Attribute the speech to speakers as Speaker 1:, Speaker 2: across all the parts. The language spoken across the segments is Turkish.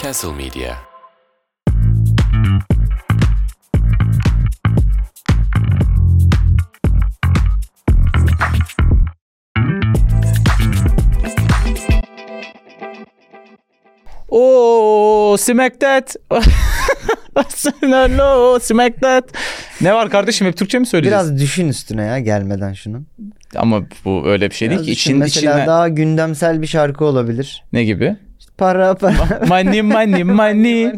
Speaker 1: Castle Media.
Speaker 2: Oo smack that. Arsenal, no, smack that. Ne var kardeşim hep Türkçe mi söyleyeceğiz?
Speaker 3: Biraz düşün üstüne ya gelmeden şunun.
Speaker 2: Ama bu öyle bir şey değil
Speaker 3: Biraz
Speaker 2: ki.
Speaker 3: düşün.
Speaker 2: İçin,
Speaker 3: Mesela
Speaker 2: içinden-
Speaker 3: daha gündemsel bir şarkı olabilir.
Speaker 2: Ne gibi?
Speaker 3: Para para
Speaker 2: Money money money.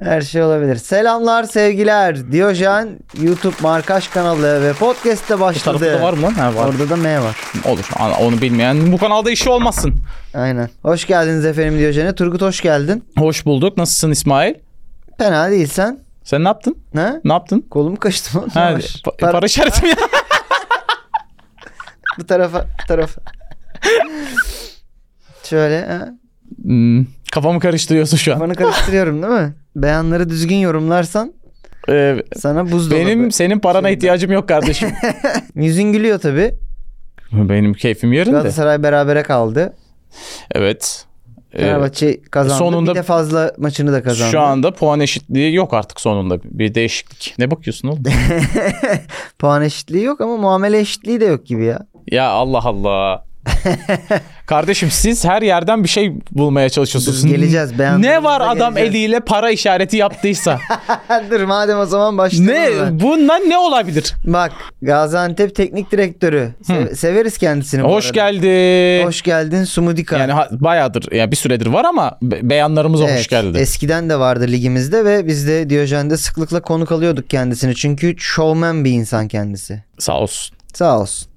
Speaker 3: her şey olabilir. Selamlar sevgiler. Diyojen YouTube Markaş kanalı ve podcast'te
Speaker 2: Bu E, tarafta da
Speaker 3: başladı.
Speaker 2: var mı lan? Ha, var.
Speaker 3: Orada da M var.
Speaker 2: Olur. Ana- Onu bilmeyen bu kanalda işi olmasın.
Speaker 3: Aynen. Hoş geldiniz efendim Diyojen'e. Turgut hoş geldin.
Speaker 2: Hoş bulduk. Nasılsın İsmail?
Speaker 3: Fena değilsen.
Speaker 2: Sen ne yaptın?
Speaker 3: Ne?
Speaker 2: Ne yaptın?
Speaker 3: Kolum kaçtı mı?
Speaker 2: Ha,
Speaker 3: Yavaş.
Speaker 2: pa- e,
Speaker 3: Para-
Speaker 2: para işareti mi ya?
Speaker 3: Bu tarafa, bu tarafa. Şöyle. Ha?
Speaker 2: Hmm, kafamı karıştırıyorsun şu an.
Speaker 3: Kafanı karıştırıyorum değil mi? Beyanları düzgün yorumlarsan
Speaker 2: Ee,
Speaker 3: sana buzdolabı.
Speaker 2: benim senin parana
Speaker 3: Şimdi-
Speaker 2: ihtiyacım yok kardeşim.
Speaker 3: Yüzün gülüyor tabii.
Speaker 2: benim keyfim yerinde.
Speaker 3: Galatasaray berabere kaldı.
Speaker 2: Evet. Ee,
Speaker 3: Fenerbahçe kazandı.
Speaker 2: sonunda-
Speaker 3: bir de fazla maçını da kazandı.
Speaker 2: Şu anda puan eşitliği yok artık sonunda. Bir değişiklik. Ne bakıyorsun oğlum?
Speaker 3: Puan eşitliği yok ama muamele eşitliği de yok gibi ya.
Speaker 2: ya Allah Allah. Kardeşim siz her yerden bir şey bulmaya çalışıyorsunuz.
Speaker 3: Dur, geleceğiz, beğendim.
Speaker 2: Ne var
Speaker 3: Dur,
Speaker 2: adam
Speaker 3: geleceğiz.
Speaker 2: eliyle para işareti yaptıysa?
Speaker 3: Dur madem o zaman başlayalım.
Speaker 2: ne
Speaker 3: hemen.
Speaker 2: bundan ne olabilir?
Speaker 3: Bak Gaziantep teknik direktörü. Se- severiz kendisini. bu
Speaker 2: Hoş
Speaker 3: arada.
Speaker 2: geldi.
Speaker 3: Hoş geldin Sumudika.
Speaker 2: Yani ha- bayağıdır ya bir süredir var ama be- beyanlarımıza hoş
Speaker 3: Evet,
Speaker 2: geldi.
Speaker 3: Eskiden de vardı ligimizde ve biz de Diyojen'de sıklıkla konuk alıyorduk kendisini. Çünkü showman bir insan kendisi.
Speaker 2: Sağ olsun.
Speaker 3: Sağ olsun.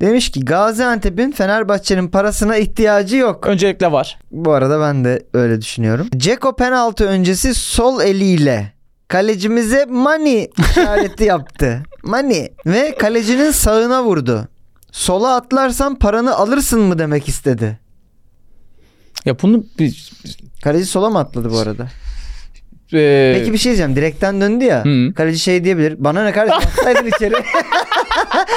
Speaker 3: Demiş ki Gaziantep'in Fenerbahçe'nin parasına ihtiyacı yok.
Speaker 2: Öncelikle var.
Speaker 3: Bu arada ben de öyle düşünüyorum. Ceko penaltı öncesi sol eliyle kalecimize mani işareti yaptı. Mani ve kalecinin sağına vurdu. Sola atlarsan paranı alırsın mı demek istedi.
Speaker 2: Ya bunu bir
Speaker 3: Kaleci sola mı atladı bu arada?
Speaker 2: e,
Speaker 3: Peki bir şey diyeceğim. Direkten döndü ya.
Speaker 2: Hı.
Speaker 3: Kaleci şey diyebilir. Bana ne kardeşim atsaydın içeri.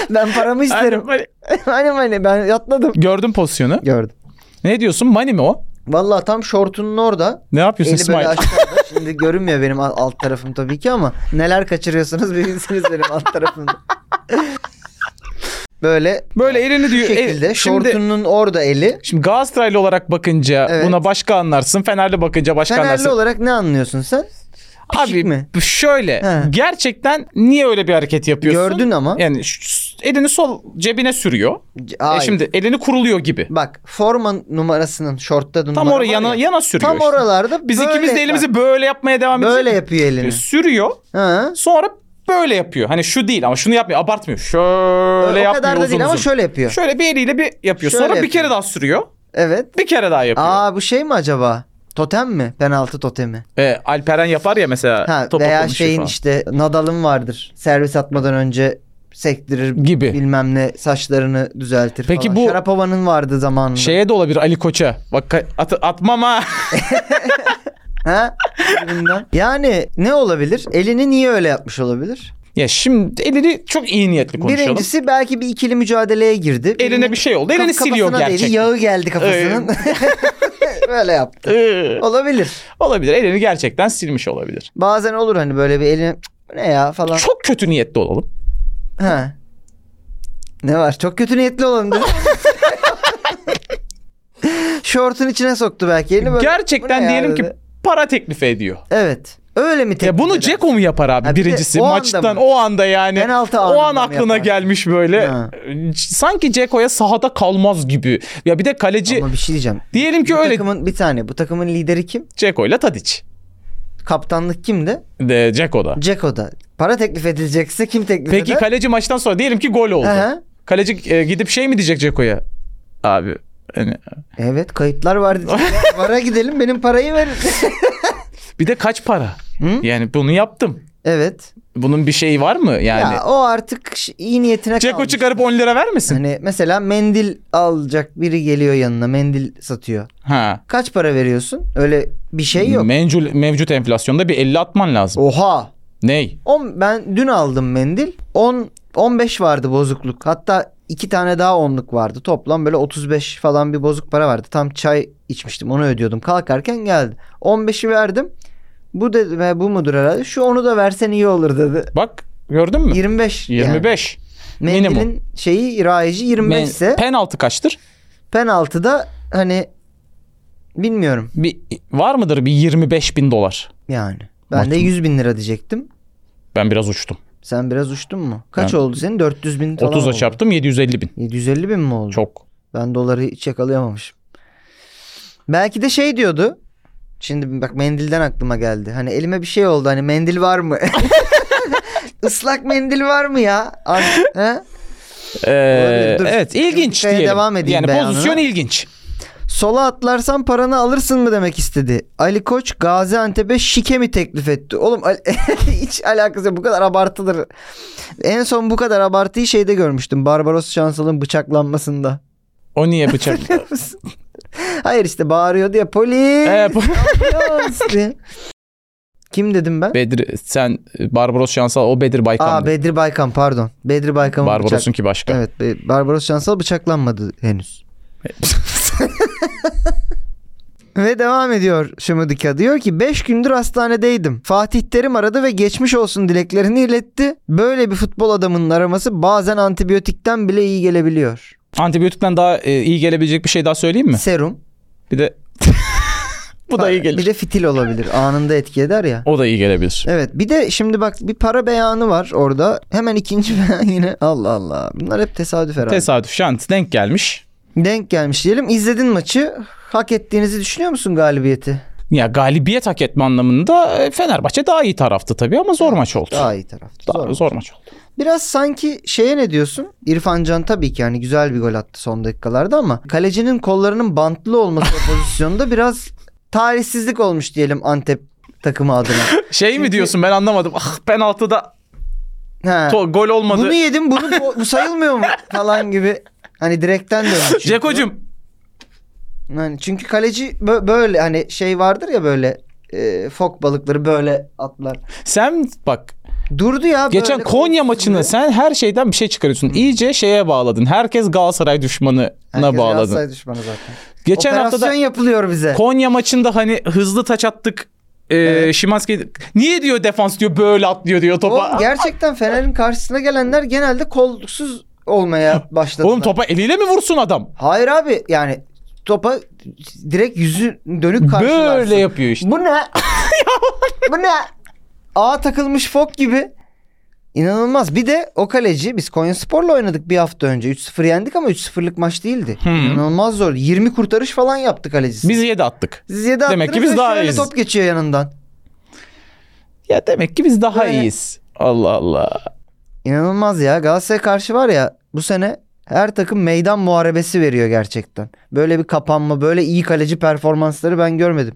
Speaker 3: ben paramı isterim. aynen aynen ben atladım.
Speaker 2: gördüm pozisyonu.
Speaker 3: Gördüm.
Speaker 2: Ne diyorsun? Mani mi o?
Speaker 3: Vallahi tam şortunun orada.
Speaker 2: Ne yapıyorsun
Speaker 3: Eli böyle
Speaker 2: İsmail?
Speaker 3: aşağıda. Şimdi görünmüyor benim al- alt tarafım tabii ki ama neler kaçırıyorsunuz bilirsiniz benim alt tarafımda. Böyle
Speaker 2: Böyle elini
Speaker 3: şu
Speaker 2: diyor. el-
Speaker 3: şekilde
Speaker 2: şimdi-
Speaker 3: şortunun orada eli.
Speaker 2: Şimdi Galatasaraylı olarak bakınca
Speaker 3: Evet.
Speaker 2: buna başka anlarsın. Fenerli bakınca başka
Speaker 3: Fenerli
Speaker 2: anlarsın.
Speaker 3: olarak ne anlıyorsun sen?
Speaker 2: Abi
Speaker 3: Pişik mi?
Speaker 2: şöyle
Speaker 3: He.
Speaker 2: gerçekten niye öyle bir hareket yapıyorsun?
Speaker 3: Gördün ama.
Speaker 2: Yani şu- elini sol cebine sürüyor.
Speaker 3: C-
Speaker 2: E
Speaker 3: hayır.
Speaker 2: şimdi elini kuruluyor gibi.
Speaker 3: Bak forma numarasının şortta da numara
Speaker 2: Tam
Speaker 3: var
Speaker 2: oraya yana,
Speaker 3: ya.
Speaker 2: yana sürüyor.
Speaker 3: Tam
Speaker 2: işte.
Speaker 3: oralarda
Speaker 2: Biz
Speaker 3: böyle-
Speaker 2: ikimiz de elimizi böyle yapmaya devam
Speaker 3: bak,
Speaker 2: edeceğiz.
Speaker 3: böyle yapıyor elini.
Speaker 2: Sürüyor.
Speaker 3: Ha.
Speaker 2: Sonra böyle yapıyor. Hani şu değil ama şunu yapmıyor. Abartmıyor. Şöyle
Speaker 3: Öyle o
Speaker 2: yapmıyor
Speaker 3: kadar da
Speaker 2: uzun
Speaker 3: değil ama
Speaker 2: uzun.
Speaker 3: şöyle yapıyor.
Speaker 2: Şöyle bir eliyle bir yapıyor.
Speaker 3: Şöyle
Speaker 2: Sonra bir
Speaker 3: yapıyor.
Speaker 2: kere daha sürüyor.
Speaker 3: Evet.
Speaker 2: Bir kere daha yapıyor.
Speaker 3: Aa bu şey mi acaba? Totem mi? Penaltı totemi.
Speaker 2: E, Alperen yapar ya mesela.
Speaker 3: Ha,
Speaker 2: top
Speaker 3: veya
Speaker 2: atılmışı
Speaker 3: şeyin
Speaker 2: falan.
Speaker 3: işte Nadal'ın vardır. Servis atmadan önce sektirir
Speaker 2: Gibi.
Speaker 3: bilmem ne saçlarını düzeltir
Speaker 2: Peki
Speaker 3: falan.
Speaker 2: bu- Şey-
Speaker 3: Şarapova'nın vardı zamanında.
Speaker 2: Şeye de olabilir Ali Koç'a. Bak ka- at- atmam ha.
Speaker 3: Ha? Bundan. yani ne olabilir? Elini niye öyle yapmış olabilir?
Speaker 2: ya şimdi elini çok iyi niyetli konuşalım.
Speaker 3: Birincisi belki bir ikili mücadeleye girdi.
Speaker 2: Eline bir şey oldu.
Speaker 3: Kaf-
Speaker 2: Elini siliyor
Speaker 3: kafasına değdi,
Speaker 2: gerçekten.
Speaker 3: yağı geldi kafasının. Böyle yaptı.
Speaker 2: Ee,
Speaker 3: Olabilir.
Speaker 2: olabilir. Elini gerçekten silmiş olabilir.
Speaker 3: Bazen olur hani böyle bir eline "Cık, ne ya falan.
Speaker 2: Çok kötü niyetli olalım.
Speaker 3: Ha. Ne var? Çok kötü niyetli olalım dedi. Şortun içine soktu belki elini böyle.
Speaker 2: gerçekten
Speaker 3: "Bu ne ya?"
Speaker 2: diyelim ki
Speaker 3: dedi.
Speaker 2: para teklif ediyor.
Speaker 3: Evet. Öyle mi
Speaker 2: Ya
Speaker 3: tepki
Speaker 2: bunu
Speaker 3: veren?
Speaker 2: Ceko mu yapar abi
Speaker 3: Ha, bir de
Speaker 2: birincisi
Speaker 3: o anda
Speaker 2: maçtan
Speaker 3: mı?
Speaker 2: o anda yani.
Speaker 3: Penaltı
Speaker 2: o an
Speaker 3: anında mı
Speaker 2: aklına
Speaker 3: yapar?
Speaker 2: gelmiş böyle.
Speaker 3: Ha.
Speaker 2: Sanki Ceko'ya sahada kalmaz gibi. Ya bir de kaleci
Speaker 3: Ama bir şey diyeceğim.
Speaker 2: diyelim ki
Speaker 3: Bu
Speaker 2: öyle
Speaker 3: takımın bir tane. Bu takımın lideri kim?
Speaker 2: Ceko'yla Tadic.
Speaker 3: Kaptanlık kimde?
Speaker 2: De Ceko'da.
Speaker 3: Ceko'da. Para teklif edilecekse kim teklif
Speaker 2: Peki
Speaker 3: eder?
Speaker 2: kaleci maçtan sonra diyelim ki gol oldu.
Speaker 3: Aha.
Speaker 2: Kaleci e, gidip şey mi diyecek Ceko'ya? Abi hani-
Speaker 3: Evet kayıtlar vardı. Para gidelim benim parayı verin.
Speaker 2: bir de kaç para?
Speaker 3: Hı?
Speaker 2: Yani bunu yaptım.
Speaker 3: evet.
Speaker 2: Bunun bir şeyi var mı yani?
Speaker 3: Ya o artık ş- iyi niyetine
Speaker 2: Ceko
Speaker 3: kalmış.
Speaker 2: çıkarıp 10 lira vermesin.
Speaker 3: Hani mesela mendil alacak biri geliyor yanına mendil satıyor.
Speaker 2: Ha.
Speaker 3: Kaç para veriyorsun? Öyle bir şey yok.
Speaker 2: Mevcut, mevcut enflasyonda bir 50 atman lazım.
Speaker 3: Oha.
Speaker 2: Ney?
Speaker 3: On, ben dün aldım mendil. 10 15 vardı bozukluk. Hatta iki tane daha onluk vardı. Toplam böyle 35 falan bir bozuk para vardı. Tam çay içmiştim onu ödüyordum. Kalkarken geldi. 15'i verdim. Bu dedi ve bu mudur herhalde? Şu onu da versen iyi olur dedi.
Speaker 2: Bak gördün mü?
Speaker 3: 25. yani.
Speaker 2: 25. minimum.
Speaker 3: Mendilin şeyi rayici 25 ise
Speaker 2: Men- penaltı kaçtır?
Speaker 3: penaltıda hani bilmiyorum
Speaker 2: Bir, var mıdır bir 25 bin dolar?
Speaker 3: yani. Ben de
Speaker 2: Matem-
Speaker 3: 100 bin lira diyecektim.
Speaker 2: Ben biraz uçtum.
Speaker 3: Sen biraz uçtun mu? Kaç
Speaker 2: Ben-
Speaker 3: oldu senin? 400 bin falan
Speaker 2: 30'a
Speaker 3: oldu.
Speaker 2: çarptım 750 bin.
Speaker 3: 750 bin mi oldu?
Speaker 2: Çok.
Speaker 3: Ben doları hiç yakalayamamışım. Belki de şey diyordu. Şimdi bak mendilden aklıma geldi. Hani elime bir şey oldu. Hani mendil var mı? Islak mendil var mı ya? Ar- he?
Speaker 2: Ee,
Speaker 3: Olabilir, dur.
Speaker 2: evet ilginç
Speaker 3: Şeye
Speaker 2: diyelim.
Speaker 3: devam edeyim
Speaker 2: yani
Speaker 3: beyanına.
Speaker 2: pozisyon ilginç.
Speaker 3: Sola atlarsan paranı alırsın mı demek istedi. Ali Koç Gaziantep'e şike mi teklif etti? Oğlum al- hiç alakası yok. Bu kadar abartılır. En son bu kadar abartıyı şeyde görmüştüm. Barbaros Şansal'ın bıçaklanmasında.
Speaker 2: O niye bıçak?
Speaker 3: Hayır işte bağırıyordu ya polis.
Speaker 2: Ee, bu-
Speaker 3: ambulans diye. Kim dedim ben?
Speaker 2: Bedir sen e, Barbaros Şansal o Bedir
Speaker 3: Aa
Speaker 2: Baykan.
Speaker 3: Bedri Baykan pardon. Bedri Baykan
Speaker 2: Barbaros'un ki başka.
Speaker 3: Evet Be- Barbaros Şansal bıçaklanmadı henüz. Ve devam ediyor Şımıdıka. Diyor ki 5 gündür hastanedeydim. Fatih Terim aradı ve geçmiş olsun dileklerini iletti. Böyle bir futbol adamının araması bazen antibiyotikten bile iyi gelebiliyor.
Speaker 2: Antibiyotikten daha e, iyi gelebilecek bir şey daha söyleyeyim mi?
Speaker 3: Serum.
Speaker 2: Bir de bu da iyi
Speaker 3: Bir
Speaker 2: gelir.
Speaker 3: de fitil olabilir. Anında etki eder ya.
Speaker 2: O da iyi gelebilir.
Speaker 3: Evet bir de şimdi bak bir para beyanı var orada. Hemen ikinci beyan yine Allah Allah. Bunlar hep tesadüf herhalde.
Speaker 2: Tesadüf şans denk gelmiş.
Speaker 3: Denk gelmiş diyelim. İzledin maçı. Hak ettiğinizi düşünüyor musun galibiyeti?
Speaker 2: Ya galibiyet hak etme anlamında e, Fenerbahçe daha iyi taraftı tabii ama zor maç oldu.
Speaker 3: Daha iyi tarafta.
Speaker 2: Daha-
Speaker 3: Zor.
Speaker 2: zor maç oldu.
Speaker 3: Biraz sanki şeye ne diyorsun? İrfan Can tabii ki yani güzel bir gol attı son dakikalarda ama kalecinin kollarının bantlı olması o pozisyonda biraz tarihsizlik olmuş diyelim Antep takımı adına.
Speaker 2: Şey mi diyorsun ben anlamadım. Ah penaltıda
Speaker 3: Ha.
Speaker 2: to- gol olmadı.
Speaker 3: Bunu yedim bunu bu, bu sayılmıyor mu falan gibi. Hani direkten dönmüş. çünkü.
Speaker 2: Ceko'cum
Speaker 3: Yani çünkü kaleci bö- böyle hani şey vardır ya böyle e, fok balıkları böyle atlar.
Speaker 2: sen bak
Speaker 3: Durdu ya böyle.
Speaker 2: geçen Konya maçını sen her şeyden bir şey çıkarıyorsun. İyice şeye bağladın. Herkes Galatasaray düşmanına bağladın.
Speaker 3: Herkes Galatasaray düşmanı zaten.
Speaker 2: Geçen
Speaker 3: Operasyon
Speaker 2: hafta da
Speaker 3: yapılıyor bize.
Speaker 2: Konya maçında hani hızlı taç attık. Ee,
Speaker 3: Evet.
Speaker 2: Şimanski niye diyor defans diyor böyle atlıyor diyor topa.
Speaker 3: Oğlum, gerçekten Fener'in karşısına gelenler genelde kolsuz olmaya başladı.
Speaker 2: Oğlum topa eliyle mi vursun adam?
Speaker 3: Hayır abi yani topa direkt yüzü dönük karşılarsın.
Speaker 2: Böyle yapıyor işte.
Speaker 3: Bu ne? Bu ne? Ağa takılmış fok gibi. İnanılmaz. Bir de o kaleci biz Konya Spor'la oynadık bir hafta önce. 3-0 yendik ama 3-0'lık maç değildi. İnanılmaz zor. 20 kurtarış falan yaptı kalecisi.
Speaker 2: Biz yedi attık.
Speaker 3: Siz yedi
Speaker 2: Demek
Speaker 3: attınız
Speaker 2: ki biz
Speaker 3: ve
Speaker 2: daha
Speaker 3: şöyle
Speaker 2: iyiyiz.
Speaker 3: top geçiyor yanından.
Speaker 2: Ya demek ki biz daha
Speaker 3: Böyle.
Speaker 2: iyiyiz. Allah Allah.
Speaker 3: İnanılmaz ya. Galatasaray karşı var ya bu sene her takım meydan muharebesi veriyor gerçekten. Böyle bir kapanma, böyle iyi kaleci performansları ben görmedim.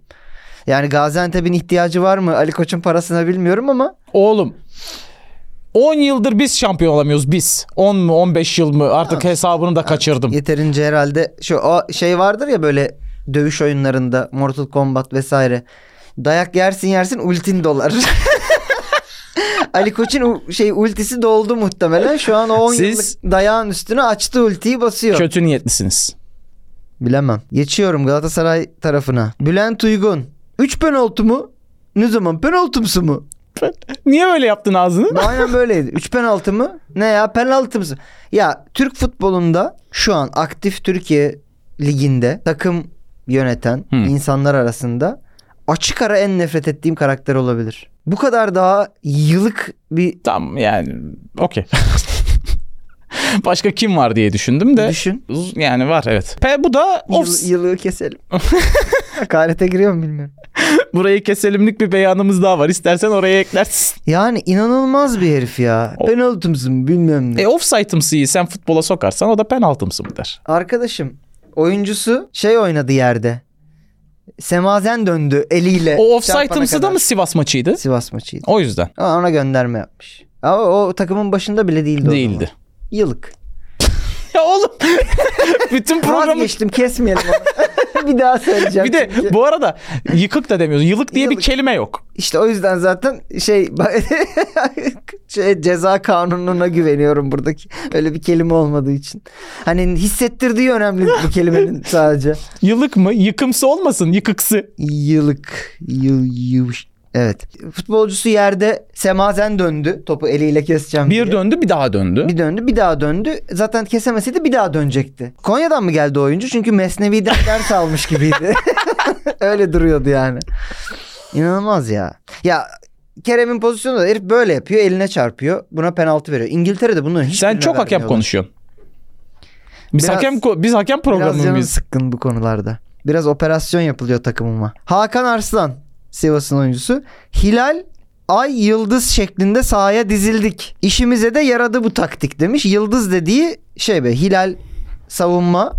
Speaker 3: Yani Gaziantep'in ihtiyacı var mı? Ali Koç'un parasına bilmiyorum ama
Speaker 2: Oğlum 10 yıldır biz şampiyon olamıyoruz biz. 10 mu 15 yıl mı artık hesabını da kaçırdım.
Speaker 3: Yeterince herhalde şu o şey vardır ya böyle dövüş oyunlarında Mortal Kombat vesaire. Dayak yersin yersin ultin dolar. Ali Koç'un u- şey ultisi doldu muhtemelen. Şu an o 10
Speaker 2: Siz-
Speaker 3: yıllık dayağın üstüne açtı ultiyi basıyor.
Speaker 2: Kötü niyetlisiniz.
Speaker 3: Bilemem. Geçiyorum Galatasaray tarafına. Bülent Uygun. 3 penaltı mu? Ne zaman penaltımsı mı?
Speaker 2: Niye böyle yaptın ağzını?
Speaker 3: Aynen böyleydi. 3 penaltı mı? Ne ya penaltı mı? Ya Türk futbolunda şu an aktif Türkiye liginde takım yöneten
Speaker 2: Hmm.
Speaker 3: insanlar arasında açık ara en nefret ettiğim karakter olabilir. Bu kadar daha yılık bir
Speaker 2: Tamam yani okey. Başka kim var diye düşündüm de.
Speaker 3: düşün.
Speaker 2: Yani var evet. Pe bu da
Speaker 3: Yıl,
Speaker 2: of
Speaker 3: yılığı keselim. Hakarete giriyor mu bilmiyorum.
Speaker 2: burayı keselimlik bir beyanımız daha var. İstersen oraya eklersin.
Speaker 3: Yani inanılmaz bir herif ya.
Speaker 2: O-
Speaker 3: Penaltımsı mı bilmem ne.
Speaker 2: E offside'ımsıyı sen futbola sokarsan o da penaltımsı mı der.
Speaker 3: Arkadaşım oyuncusu şey oynadı yerde. Semazen döndü eliyle.
Speaker 2: O
Speaker 3: E, çarpana
Speaker 2: offside'ımsı da
Speaker 3: kadar.
Speaker 2: mı Sivas maçıydı?
Speaker 3: Sivas maçıydı.
Speaker 2: O yüzden
Speaker 3: Ama ona gönderme yapmış. Ama o takımın başında bile değildi. o
Speaker 2: değildi.
Speaker 3: zaman. Yıllık.
Speaker 2: Ya oğlum bütün programı
Speaker 3: Vazgeçtim kesmeyelim onu. bir daha söyleyeceğim.
Speaker 2: bir de
Speaker 3: çünkü.
Speaker 2: bu arada yıkık da demiyoruz. Yıllık diye bir
Speaker 3: Yıllık.
Speaker 2: kelime yok.
Speaker 3: işte o yüzden zaten şey şey, ceza kanununa güveniyorum buradaki. Öyle bir kelime olmadığı için. Hani hissettirdiği önemli bu kelimenin sadece.
Speaker 2: Yıllık mı? Yıkımsı olmasın. Yıkıksı.
Speaker 3: Yıllık. Yıl, yıvış. Evet. Futbolcusu yerde semazen döndü. Topu eliyle keseceğim diye.
Speaker 2: Bir döndü bir daha döndü.
Speaker 3: Bir döndü bir daha döndü. Zaten kesemeseydi bir daha dönecekti. Konya'dan mı geldi oyuncu? Çünkü Mesnevi'den ders almış gibiydi. Öyle duruyordu yani. İnanılmaz ya. Ya Kerem'in pozisyonu da herif böyle yapıyor eline çarpıyor. Buna penaltı veriyor. İngiltere'de bunların hiç
Speaker 2: Sen çok hakem konuşuyorsun. Biz
Speaker 3: Biraz-
Speaker 2: hakem ko- biz hakem
Speaker 3: Biraz
Speaker 2: programı
Speaker 3: canım
Speaker 2: mıyız?
Speaker 3: sıkkın bu konularda. Biraz operasyon yapılıyor takımıma. Hakan Arslan Sivas'ın oyuncusu. Hilal ay yıldız şeklinde sahaya dizildik. İşimize de yaradı bu taktik demiş. Yıldız dediği şey be Hilal savunma.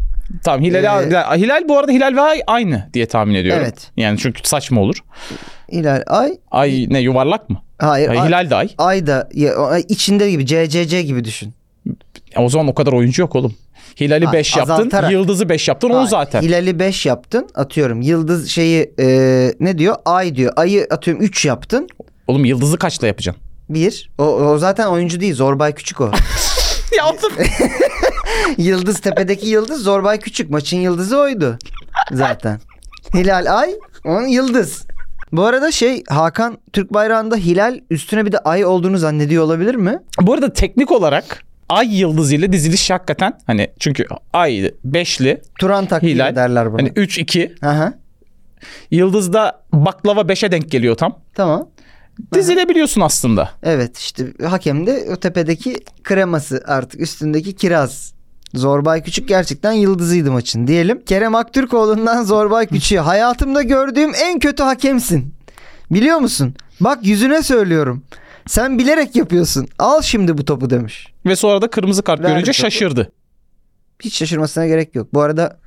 Speaker 2: Tamam Hilal,
Speaker 3: Ee,
Speaker 2: Hilal- Hilal bu arada Hilal ve Ay aynı diye tahmin ediyorum.
Speaker 3: Evet.
Speaker 2: Yani çünkü saçma olur.
Speaker 3: Hilal ay.
Speaker 2: Ay ne yuvarlak mı?
Speaker 3: Hayır.
Speaker 2: Ay,
Speaker 3: E, ay,
Speaker 2: Hilal de ay.
Speaker 3: ay da ya, ay içinde gibi CCC gibi düşün.
Speaker 2: Ya E, O zaman o kadar oyuncu yok oğlum. Hilal'i
Speaker 3: Ha,
Speaker 2: 5 yaptın,
Speaker 3: azaltarak.
Speaker 2: Yıldız'ı 5 yaptın onu
Speaker 3: Hayır,
Speaker 2: zaten.
Speaker 3: Hilal'i 5 yaptın atıyorum. Yıldız şeyi e, ne diyor? Ay diyor. Ayı atıyorum 3 yaptın.
Speaker 2: Oğlum Yıldız'ı kaçla yapacaksın?
Speaker 3: 1. O, o zaten oyuncu değil. Zorbay Küçük o.
Speaker 2: Yaptım.
Speaker 3: Yıldız tepedeki yıldız Zorbay Küçük. Maçın yıldızı oydu zaten. Hilal Ay onun yıldız. Bu arada şey Hakan Türk bayrağında hilal üstüne bir de ay olduğunu zannediyor olabilir mi?
Speaker 2: bu arada teknik olarak Ay Yıldız ile diziliş hakikaten hani çünkü Ay 5'li
Speaker 3: Turan taktiği
Speaker 2: Hilal.
Speaker 3: derler buna.
Speaker 2: hani 3 2
Speaker 3: Aha,
Speaker 2: Yıldız'da baklava 5'e denk geliyor tam.
Speaker 3: tamam.
Speaker 2: Dizilebiliyorsun aslında.
Speaker 3: Evet işte hakem de o tepedeki kreması artık üstündeki kiraz. Zorbay Küçük gerçekten yıldızıydı maçın diyelim. Kerem Aktürkoğlu'ndan Zorbay Küçük'e hayatımda gördüğüm en kötü hakemsin. Biliyor musun? Bak yüzüne söylüyorum. Sen bilerek yapıyorsun. Al şimdi bu topu demiş.
Speaker 2: Ve sonra da kırmızı kart
Speaker 3: Verdi
Speaker 2: görünce
Speaker 3: topu.
Speaker 2: şaşırdı.
Speaker 3: Hiç şaşırmasına gerek yok. Bu arada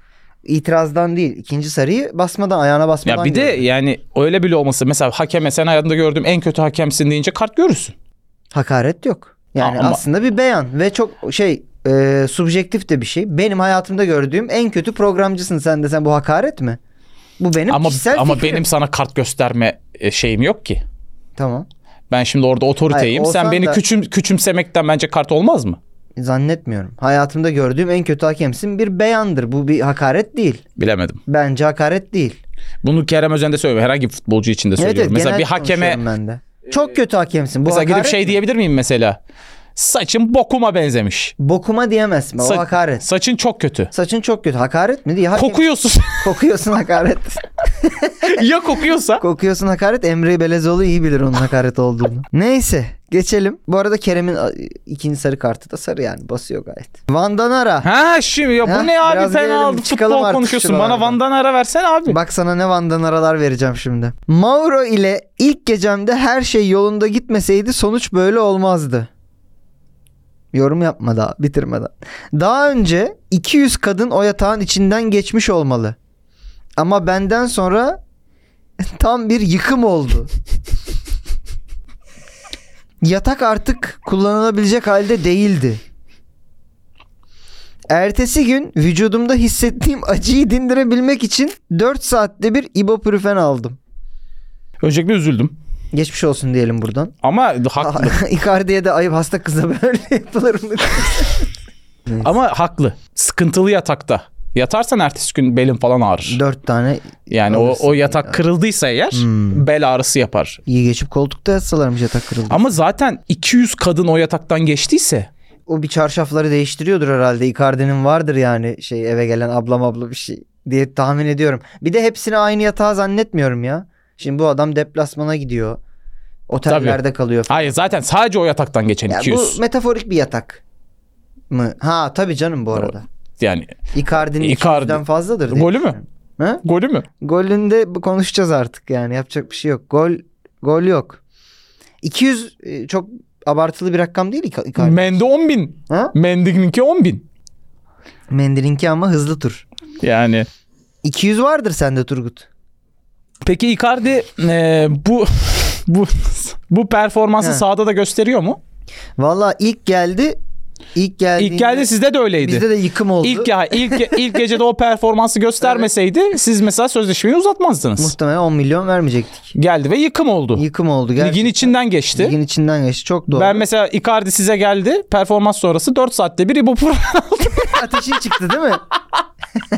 Speaker 3: itirazdan değil. ikinci sarıyı basmadan ayağına basmadan.
Speaker 2: Ya bir de
Speaker 3: gördüm.
Speaker 2: yani öyle bile olması mesela hakeme sen hayatında gördüğüm en kötü hakemsin deyince kart görürsün.
Speaker 3: hakaret yok. Yani
Speaker 2: Ama-
Speaker 3: aslında bir beyan ve çok şey e, subjektif de bir şey. Benim hayatımda gördüğüm en kötü programcısın sen desen bu hakaret mi? Bu benim
Speaker 2: ama
Speaker 3: kişisel
Speaker 2: ama
Speaker 3: fikrim.
Speaker 2: benim sana kart gösterme e, şeyim yok ki.
Speaker 3: Tamam.
Speaker 2: Ben şimdi orada otoriteyim.
Speaker 3: Hayır,
Speaker 2: Sen
Speaker 3: olsan
Speaker 2: beni
Speaker 3: da-
Speaker 2: küçüm küçümsemekten bence kart olmaz mı?
Speaker 3: Zannetmiyorum. Hayatımda gördüğüm en kötü hakemsin bir beyandır. Bu bir hakaret değil.
Speaker 2: Bilemedim.
Speaker 3: Bence hakaret değil.
Speaker 2: Bunu Kerem Özen'de söylüyorum. Herhangi bir futbolcu için de söylüyorum. mesela
Speaker 3: genel
Speaker 2: bir hakeme
Speaker 3: konuşuyorum ben de. Çok kötü hakemsin. Bu
Speaker 2: mesela gidip
Speaker 3: hakaret
Speaker 2: şey
Speaker 3: mi?
Speaker 2: diyebilir miyim mesela? Saçın bokuma benzemiş.
Speaker 3: Bokuma diyemezsin. O
Speaker 2: Sa-
Speaker 3: hakaret.
Speaker 2: Saçın çok kötü.
Speaker 3: Saçın çok kötü. Hakaret mi? Diye. Hakem-
Speaker 2: Kokuyorsun.
Speaker 3: Kokuyorsun hakaret.
Speaker 2: ya kokuyorsa?
Speaker 3: Kokuyorsun hakaret. Emre Belezoğlu iyi bilir onun hakaret olduğunu. Neyse geçelim. Bu arada Kerem'in a, ikinci sarı kartı da sarı yani basıyor gayet. Vandanara.
Speaker 2: Ha şimdi ya bu
Speaker 3: Ha,
Speaker 2: ne abi
Speaker 3: biraz
Speaker 2: sen
Speaker 3: gelelim,
Speaker 2: aldın
Speaker 3: çıkalım
Speaker 2: futbol
Speaker 3: artık
Speaker 2: konuşuyorsun.
Speaker 3: şuralardan.
Speaker 2: Bana Van'dan ara versene abi.
Speaker 3: Bak sana ne Vandanaralar vereceğim şimdi. Mauro ile ilk gecemde her şey yolunda gitmeseydi sonuç böyle olmazdı. Yorum yapma daha bitirmeden. Daha önce 200 kadın o yatağın içinden geçmiş olmalı. Ama benden sonra tam bir yıkım oldu. Yatak artık kullanılabilecek halde değildi. Ertesi gün vücudumda hissettiğim acıyı dindirebilmek için 4 saatte bir ibuprofen aldım.
Speaker 2: Öncelikle üzüldüm.
Speaker 3: Geçmiş olsun diyelim buradan.
Speaker 2: Ama haklı.
Speaker 3: Icardi'ye de ayıp hasta kıza böyle yapılır mı?
Speaker 2: Ama haklı. Sıkıntılı yatakta. Yatarsan ertesi gün belin falan ağrır.
Speaker 3: 4 tane
Speaker 2: Yani o,
Speaker 3: alırsın
Speaker 2: o yatak
Speaker 3: ya.
Speaker 2: kırıldıysa eğer
Speaker 3: Hmm.
Speaker 2: bel ağrısı yapar.
Speaker 3: iyi geçip koltukta yatsalarmış yatak kırıldı.
Speaker 2: Ama zaten 200 kadın o yataktan geçtiyse
Speaker 3: O bir çarşafları değiştiriyordur herhalde. Icardi'nin vardır yani şey eve gelen ablam abla bir şey diye tahmin ediyorum. Bir de hepsini aynı yatağa zannetmiyorum ya. Şimdi bu adam deplasmana gidiyor. Otellerde kalıyor falan.
Speaker 2: Hayır zaten sadece o yataktan geçen
Speaker 3: Ya
Speaker 2: 200.
Speaker 3: bu metaforik bir yatak mı? Ha tabii canım bu arada.
Speaker 2: Yani
Speaker 3: Icardi'nin
Speaker 2: Icardi.
Speaker 3: 200'den fazladır. diye
Speaker 2: Golü mü?
Speaker 3: düşünüyorum. Ha?
Speaker 2: golü mü?
Speaker 3: Golünde bu- konuşacağız artık yani yapacak bir şey yok. Gol gol yok. 200 e, çok abartılı bir rakam değil Ica- Icardi.
Speaker 2: Mende 10 bin.
Speaker 3: ha?
Speaker 2: Mendi'ninki 10 bin.
Speaker 3: Mendilinki ama hızlı tur.
Speaker 2: Yani.
Speaker 3: 200 vardır sende Turgut.
Speaker 2: Peki Icardi e, bu bu bu performansı
Speaker 3: He.
Speaker 2: sahada da gösteriyor mu?
Speaker 3: Valla ilk geldi İlk geldiğinde
Speaker 2: İlk geldi sizde de öyleydi.
Speaker 3: bizde de yıkım oldu.
Speaker 2: İlk ya ilk ilk gecede o performansı göstermeseydi siz mesela sözleşmeyi uzatmazdınız.
Speaker 3: Muhtemelen 10 milyon vermeyecektik.
Speaker 2: Geldi ve yıkım oldu.
Speaker 3: Yıkım oldu gerçekten.
Speaker 2: Oh. Ligin içinden geçti.
Speaker 3: Ligin içinden geçti. Çok doğru.
Speaker 2: Ben mesela Icardi size geldi. Performans sonrası 4 saatte bir bu
Speaker 3: ateşin çıktı değil mi?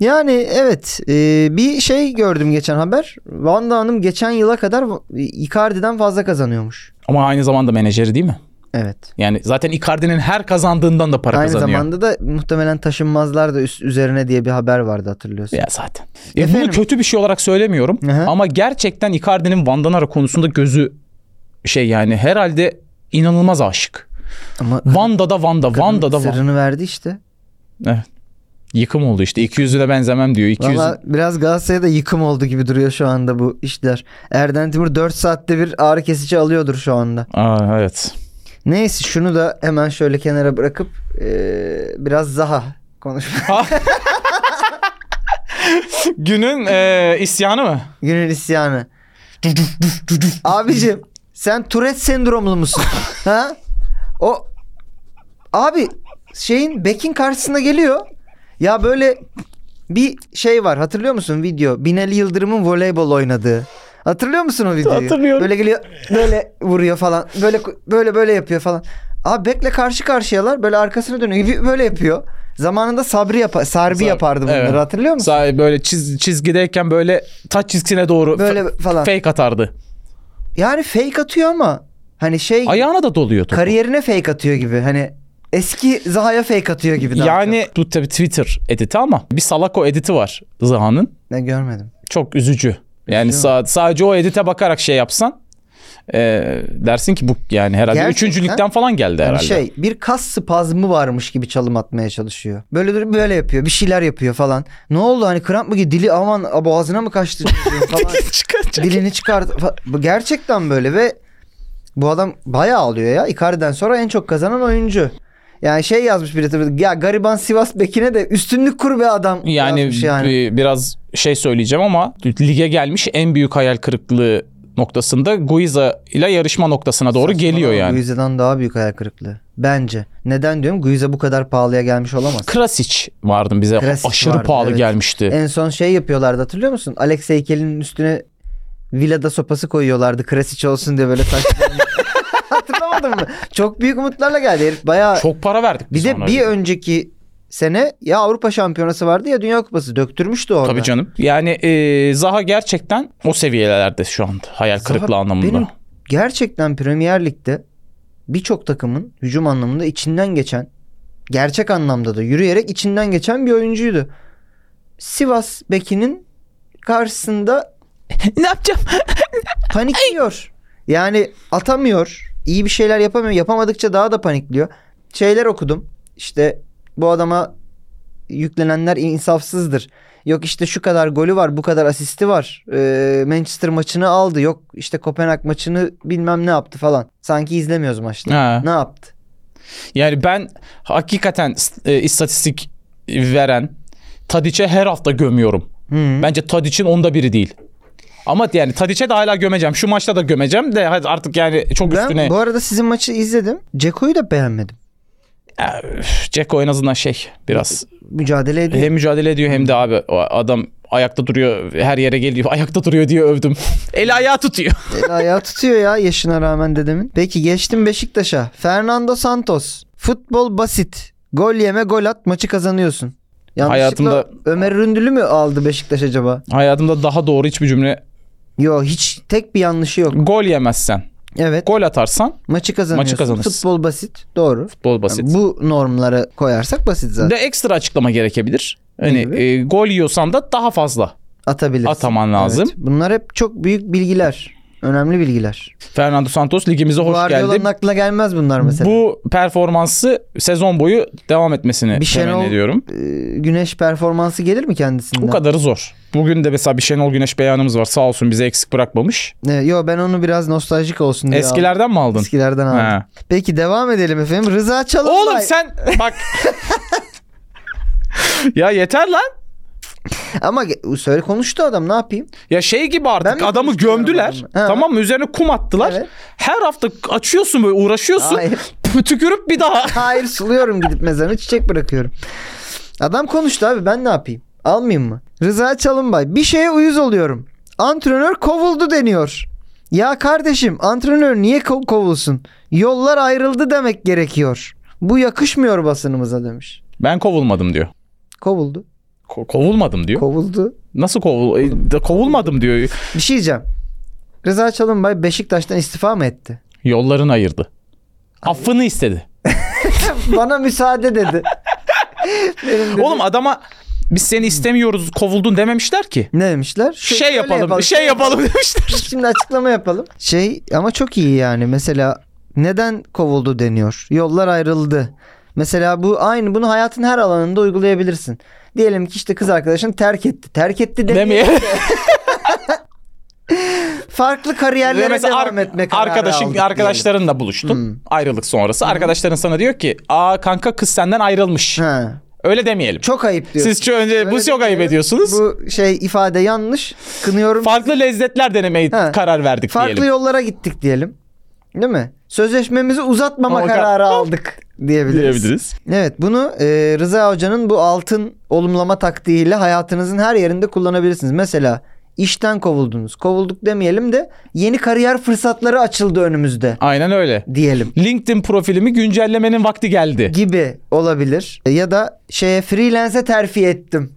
Speaker 3: yani evet e, bir şey gördüm geçen haber. Van Daa'nın geçen yıla kadar Icardi'den fazla kazanıyormuş.
Speaker 2: Ama aynı zamanda menajeri değil mi?
Speaker 3: Evet.
Speaker 2: Yani zaten Icardi'nin her kazandığından da para
Speaker 3: Aynı
Speaker 2: kazanıyor.
Speaker 3: zamanda da muhtemelen taşınmazlar da üst, üzerine diye bir haber vardı hatırlıyorsun.
Speaker 2: Ya zaten. Ya
Speaker 3: Efendim?
Speaker 2: bunu kötü bir şey olarak söylemiyorum
Speaker 3: Aha.
Speaker 2: ama gerçekten Icardi'nin Van Danara konusunda gözü şey yani herhalde inanılmaz aşık.
Speaker 3: Ama
Speaker 2: Vanda da Vanda, Vanda da Vanda.
Speaker 3: sırrını verdi işte.
Speaker 2: Yıkım oldu işte. 200'üne benzemem diyor. 200
Speaker 3: Valla biraz Galatasaray'da yıkım oldu gibi duruyor şu anda bu işler. Erden Timur 4 saatte bir ağrı kesici alıyordur şu anda.
Speaker 2: Aa, evet.
Speaker 3: Neyse şunu da hemen şöyle kenara bırakıp e, biraz Zaha konuşma.
Speaker 2: Günün e, isyanı mı?
Speaker 3: Günün isyanı. Abicim sen Tourette sendromlu musun? ha? O abi şeyin Beck'in karşısına geliyor. Ya böyle bir şey var hatırlıyor musun video? Binali Yıldırım'ın voleybol oynadığı. Hatırlıyor musun o videoyu?
Speaker 2: Hatırlıyorum.
Speaker 3: Böyle geliyor böyle vuruyor falan. Böyle böyle böyle yapıyor falan. Abi Beck'le karşı karşıyalar böyle arkasına dönüyor gibi böyle yapıyor. Zamanında Sabri yapar, Sarbi
Speaker 2: Sar-
Speaker 3: yapardı bunları
Speaker 2: Evet.
Speaker 3: hatırlıyor musun?
Speaker 2: Sa- böyle çiz, çizgideyken böyle taç çizgisine doğru
Speaker 3: Böyle
Speaker 2: fa-
Speaker 3: falan.
Speaker 2: fake atardı.
Speaker 3: Yani fake atıyor ama hani şey
Speaker 2: Ayağına da doluyordu.
Speaker 3: kariyerine fake atıyor gibi. Hani eski Zaha'ya fake atıyor gibi. daha
Speaker 2: yani bu tabii Twitter editi ama bir Salako editi var Zaha'nın.
Speaker 3: çok. ne görmedim.
Speaker 2: çok üzücü. Yani sa- sadece o edite bakarak şey yapsan e, dersin ki bu yani herhalde
Speaker 3: Gerçekten.
Speaker 2: üçüncülükten falan geldi
Speaker 3: Yani
Speaker 2: herhalde.
Speaker 3: şey bir kas spazmı varmış gibi çalım atmaya çalışıyor. Böyle durup böyle yapıyor. Bir şeyler yapıyor falan. Ne oldu hani kramp mı girdi? Dili aman a, boğazına mı kaçtı diyor falan.
Speaker 2: Çıkaracak.
Speaker 3: Dilini çıkart. fa- Bu gerçekten böyle ve bu adam bayağı alıyor ya. Icardi'den sonra en çok kazanan oyuncu. Yani şey yazmış biri tabii. Ya gariban Sivas Bekine de üstünlük kur be adam.
Speaker 2: Yani,
Speaker 3: yazmış yani.
Speaker 2: bi- biraz şey söyleyeceğim ama lige gelmiş en büyük hayal kırıklığı noktasında Guiza ile yarışma noktasına doğru geliyor
Speaker 3: Ama
Speaker 2: yani.
Speaker 3: Guiza'dan daha büyük hayal kırıklığı. Bence. Neden diyorum? Guiza bu kadar pahalıya gelmiş olamaz.
Speaker 2: Krasic vardım bize
Speaker 3: Krasic
Speaker 2: aşırı
Speaker 3: vardı,
Speaker 2: pahalı
Speaker 3: evet.
Speaker 2: gelmişti.
Speaker 3: En son şey yapıyorlardı hatırlıyor musun? Alex heykelinin üstüne villada sopası koyuyorlardı. Krasic olsun diye böyle saçlarını. Hatırlamadın mı? Çok büyük umutlarla geldi herif. Bayağı
Speaker 2: Çok para verdik
Speaker 3: E, bir
Speaker 2: biz
Speaker 3: de
Speaker 2: ona.
Speaker 3: bir önceki sene ya Avrupa Şampiyonası vardı ya Dünya Kupası döktürmüştü orada.
Speaker 2: Tabii canım. Yani e, Zaha gerçekten o seviyelerde şu anda hayal
Speaker 3: Zaha
Speaker 2: kırıklığı anlamında.
Speaker 3: Benim gerçekten Premier Lig'de birçok takımın hücum anlamında içinden geçen gerçek anlamda da yürüyerek içinden geçen bir oyuncuydu. Sivas Beki'nin karşısında
Speaker 2: ne yapacağım?
Speaker 3: panikliyor. Yani atamıyor. iyi bir şeyler yapamıyor. Yapamadıkça daha da panikliyor. Şeyler okudum. İşte bu adama yüklenenler insafsızdır. Yok işte şu kadar golü var, bu kadar asisti var. Ee, Manchester maçını aldı. Yok işte Kopenhag maçını bilmem ne yaptı falan. Sanki izlemiyoruz maçları.
Speaker 2: Ha.
Speaker 3: Ne yaptı?
Speaker 2: Yani ben hakikaten e, istatistik veren Tadiç'e her hafta gömüyorum.
Speaker 3: Hı.
Speaker 2: Bence Tadiç'in onda biri değil. Ama yani Tadiç'e de hala gömeceğim. Şu maçta da gömeceğim de hadi artık yani çok
Speaker 3: Ben
Speaker 2: üstüne.
Speaker 3: bu arada sizin maçı izledim. Ceko'yu da beğenmedim.
Speaker 2: Üf, Ceko en azından şey biraz
Speaker 3: Mücadele ediyor.
Speaker 2: hem mücadele ediyor hem de abi o adam ayakta duruyor her yere geliyor ayakta duruyor diye övdüm. El ayağı tutuyor.
Speaker 3: El ayağı tutuyor ya yaşına rağmen dedemin. Peki geçtim Beşiktaş'a. Fernando Santos. Futbol basit. Gol yeme gol at maçı kazanıyorsun. Yanlışlıkla
Speaker 2: Hayatımda-
Speaker 3: Ömer Ründül'ü mü aldı Beşiktaş acaba?
Speaker 2: Hayatımda daha doğru hiçbir cümle
Speaker 3: Yo hiç tek bir yanlışı yok.
Speaker 2: gol yemezsen
Speaker 3: Evet
Speaker 2: gol atarsan
Speaker 3: maçı kazanıyorsun.
Speaker 2: Maçı kazanırsın.
Speaker 3: Futbol basit doğru.
Speaker 2: futbol basit.
Speaker 3: Yani bu normlara koyarsak basit zaten.
Speaker 2: de ekstra açıklama gerekebilir.
Speaker 3: gibi?
Speaker 2: Hani e, gol yiyorsan da daha fazla.
Speaker 3: Atabilirsin.
Speaker 2: Ataman lazım.
Speaker 3: Evet. Bunlar hep çok büyük bilgiler. Önemli bilgiler.
Speaker 2: Fernando Santos ligimize hoş
Speaker 3: Guardiola'nın
Speaker 2: geldi.
Speaker 3: aklına gelmez bunlar mesela. Ee,
Speaker 2: Bu performansı sezon boyu devam etmesini
Speaker 3: Bir
Speaker 2: temenni
Speaker 3: Şenol-
Speaker 2: ediyorum.
Speaker 3: Ee, Güneş performansı gelir mi kendisinden?
Speaker 2: Bu kadarı zor. Bugün de mesela bir Şenol Güneş beyanımız var. Sağ olsun bize eksik bırakmamış.
Speaker 3: Ee, yo ben onu biraz nostaljik olsun diye aldım.
Speaker 2: Eskilerden mi aldın?
Speaker 3: Eskilerden aldım.
Speaker 2: Ha.
Speaker 3: Peki devam edelim efendim. Rıza Çalınbay.
Speaker 2: Oğlum sen bak. ya yeter lan.
Speaker 3: Ama ge- söyle konuştu adam ne yapayım?
Speaker 2: Ya şey gibi
Speaker 3: Ben
Speaker 2: artık
Speaker 3: mi
Speaker 2: adamı
Speaker 3: konuşuyorum
Speaker 2: gömdüler.
Speaker 3: adamla? Ha.
Speaker 2: Tamam mı? Üzerine kum attılar.
Speaker 3: Evet.
Speaker 2: Her hafta açıyorsun böyle uğraşıyorsun.
Speaker 3: Hayır.
Speaker 2: tükürüp bir daha.
Speaker 3: Hayır suluyorum gidip mezarına çiçek bırakıyorum. Adam konuştu abi ben ne yapayım? Almayayım mı? Rıza Çalınbay. Bir şeye uyuz oluyorum. Antrenör kovuldu deniyor. Ya kardeşim antrenör niye ko- kovulsun? Yollar ayrıldı demek gerekiyor. Bu yakışmıyor basınımıza demiş.
Speaker 2: Ben kovulmadım diyor.
Speaker 3: Kovuldu.
Speaker 2: Ko- kovulmadım diyor.
Speaker 3: Kovuldu.
Speaker 2: Nasıl kovul e, de- kovulmadım diyor.
Speaker 3: Bir şey diyeceğim. Rıza Çalınbay Beşiktaş'tan istifa mı etti?
Speaker 2: Yollarını ayırdı. Affını istedi.
Speaker 3: Bana müsaade dedi. Benim dedi-
Speaker 2: Oğlum adama biz seni istemiyoruz kovuldun dememişler ki.
Speaker 3: ne demişler? Şö-
Speaker 2: Şey
Speaker 3: şöyle
Speaker 2: yapalım, şey yapalım demişler.
Speaker 3: Şimdi açıklama yapalım. Şey ama çok iyi yani. Mesela neden kovuldu deniyor. Yollar ayrıldı. Mesela bu aynı bunu hayatın her alanında uygulayabilirsin. Diyelim ki işte kız arkadaşın terk etti. Terk etti demiyor.
Speaker 2: Demeye.
Speaker 3: Farklı kariyerlere
Speaker 2: Mesela
Speaker 3: devam
Speaker 2: ar-
Speaker 3: etme kararı
Speaker 2: arkadaşın
Speaker 3: aldık diyelim. Hmm.
Speaker 2: arkadaşlarınla buluştun. Ayrılık sonrası arkadaşların sana diyor ki, "Aa kanka kız senden ayrılmış."
Speaker 3: Ha,
Speaker 2: Öyle demeyelim.
Speaker 3: çok ayıp diyor.
Speaker 2: Siz çok önce bu çok ayıp ediyorsunuz.
Speaker 3: Bu şey ifade yanlış. Kınıyorum.
Speaker 2: Farklı lezzetler denemeyi
Speaker 3: Ha.
Speaker 2: karar verdik
Speaker 3: Farklı
Speaker 2: diyelim.
Speaker 3: yollara gittik diyelim. Değil mi? Sözleşmemizi uzatmama
Speaker 2: Ama-
Speaker 3: kararı aldık diyebiliriz.
Speaker 2: diyebiliriz.
Speaker 3: Evet bunu e, Rıza Hoca'nın bu altın olumlama taktiğiyle hayatınızın her yerinde kullanabilirsiniz. Mesela işten kovuldunuz. Kovulduk demeyelim de yeni kariyer fırsatları açıldı önümüzde
Speaker 2: Aynen öyle.
Speaker 3: diyelim
Speaker 2: LinkedIn profilimi güncellemenin vakti geldi.
Speaker 3: gibi olabilir. E, Ya da şeye freelance'e terfi ettim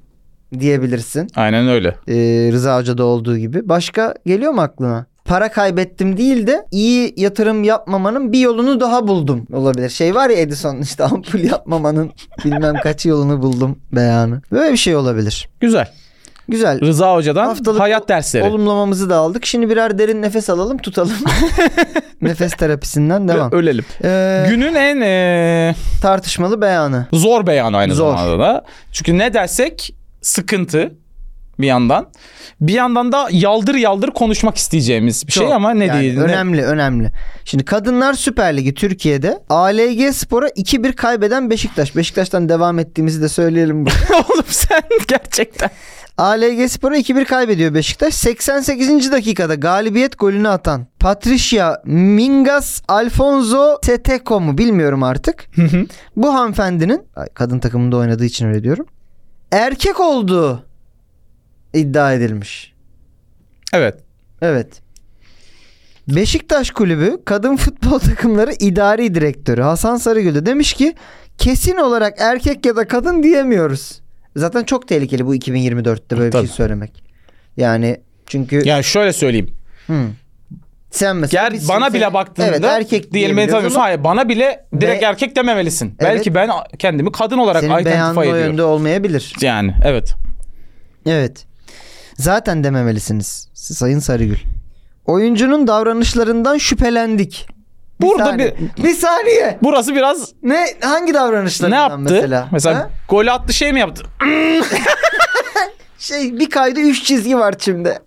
Speaker 3: diyebilirsin.
Speaker 2: Aynen öyle.
Speaker 3: E, Rıza Hoca'da olduğu gibi. Başka geliyor mu aklına? Para kaybettim değil de iyi yatırım yapmamanın bir yolunu daha buldum olabilir. Şey var ya Edison işte ampul yapmamanın bilmem kaç yolunu buldum beyanı. Böyle bir şey olabilir.
Speaker 2: Güzel.
Speaker 3: Güzel.
Speaker 2: Rıza Hoca'dan
Speaker 3: Haftalık
Speaker 2: hayat dersleri.
Speaker 3: Olumlamamızı da aldık. Şimdi birer derin nefes alalım tutalım. nefes terapisinden devam.
Speaker 2: Ö- Ölelim.
Speaker 3: Ee,
Speaker 2: Günün en e,
Speaker 3: tartışmalı beyanı.
Speaker 2: zor beyanı aynı
Speaker 3: Zor.
Speaker 2: zamanda da. Çünkü ne dersek sıkıntı bir yandan. Bir yandan da yaldır yaldır konuşmak isteyeceğimiz bir şey
Speaker 3: Çok.
Speaker 2: ama ne
Speaker 3: Yani
Speaker 2: değil. ne-
Speaker 3: Önemli önemli. Şimdi Kadınlar Süper Ligi Türkiye'de ALG Spor'a 2-1 kaybeden Beşiktaş. Beşiktaş'tan devam ettiğimizi de söyleyelim. bu.
Speaker 2: Oğlum sen gerçekten.
Speaker 3: ALG Spor'a 2-1 kaybediyor Beşiktaş. 88. dakikada galibiyet golünü atan Patricia Mingas Alfonso Teteko mu bilmiyorum artık.
Speaker 2: Hı hı.
Speaker 3: Bu hanımefendinin ay, kadın takımında oynadığı için öyle diyorum. Erkek olduğu iddia edilmiş.
Speaker 2: evet.
Speaker 3: Evet. Beşiktaş Kulübü Kadın Futbol Takımları İdari Direktörü Hasan Sarıgül de demiş ki kesin olarak erkek ya da kadın diyemiyoruz. Zaten çok tehlikeli bu 2024'te böyle
Speaker 2: Tabii.
Speaker 3: bir şey söylemek. Yani çünkü
Speaker 2: Yani şöyle söyleyeyim.
Speaker 3: Hı. sen mesela
Speaker 2: Gel
Speaker 3: biz-
Speaker 2: bana
Speaker 3: sen-
Speaker 2: bile baktığında
Speaker 3: evet, erkek
Speaker 2: diyelim
Speaker 3: diyebiliyoruz
Speaker 2: tanıyorsun.
Speaker 3: ama
Speaker 2: Hayır bana bile direkt
Speaker 3: Be-
Speaker 2: erkek dememelisin.
Speaker 3: Evet.
Speaker 2: Belki ben kendimi kadın olarak
Speaker 3: senin beyanın
Speaker 2: identify
Speaker 3: o
Speaker 2: ediyorum.
Speaker 3: yönde olmayabilir.
Speaker 2: Yani evet.
Speaker 3: Evet. Zaten dememelisiniz Sayın Sarıgül. Oyuncunun davranışlarından şüphelendik. Bir
Speaker 2: Burada
Speaker 3: saniye. bir saniye.
Speaker 2: Burası biraz
Speaker 3: Ne hangi
Speaker 2: ne
Speaker 3: davranışlarından
Speaker 2: yaptı? Mesela,
Speaker 3: mesela? Ha?
Speaker 2: gol attı şey mi yaptı?
Speaker 3: şey bir kaydı 3 çizgi var şimdi.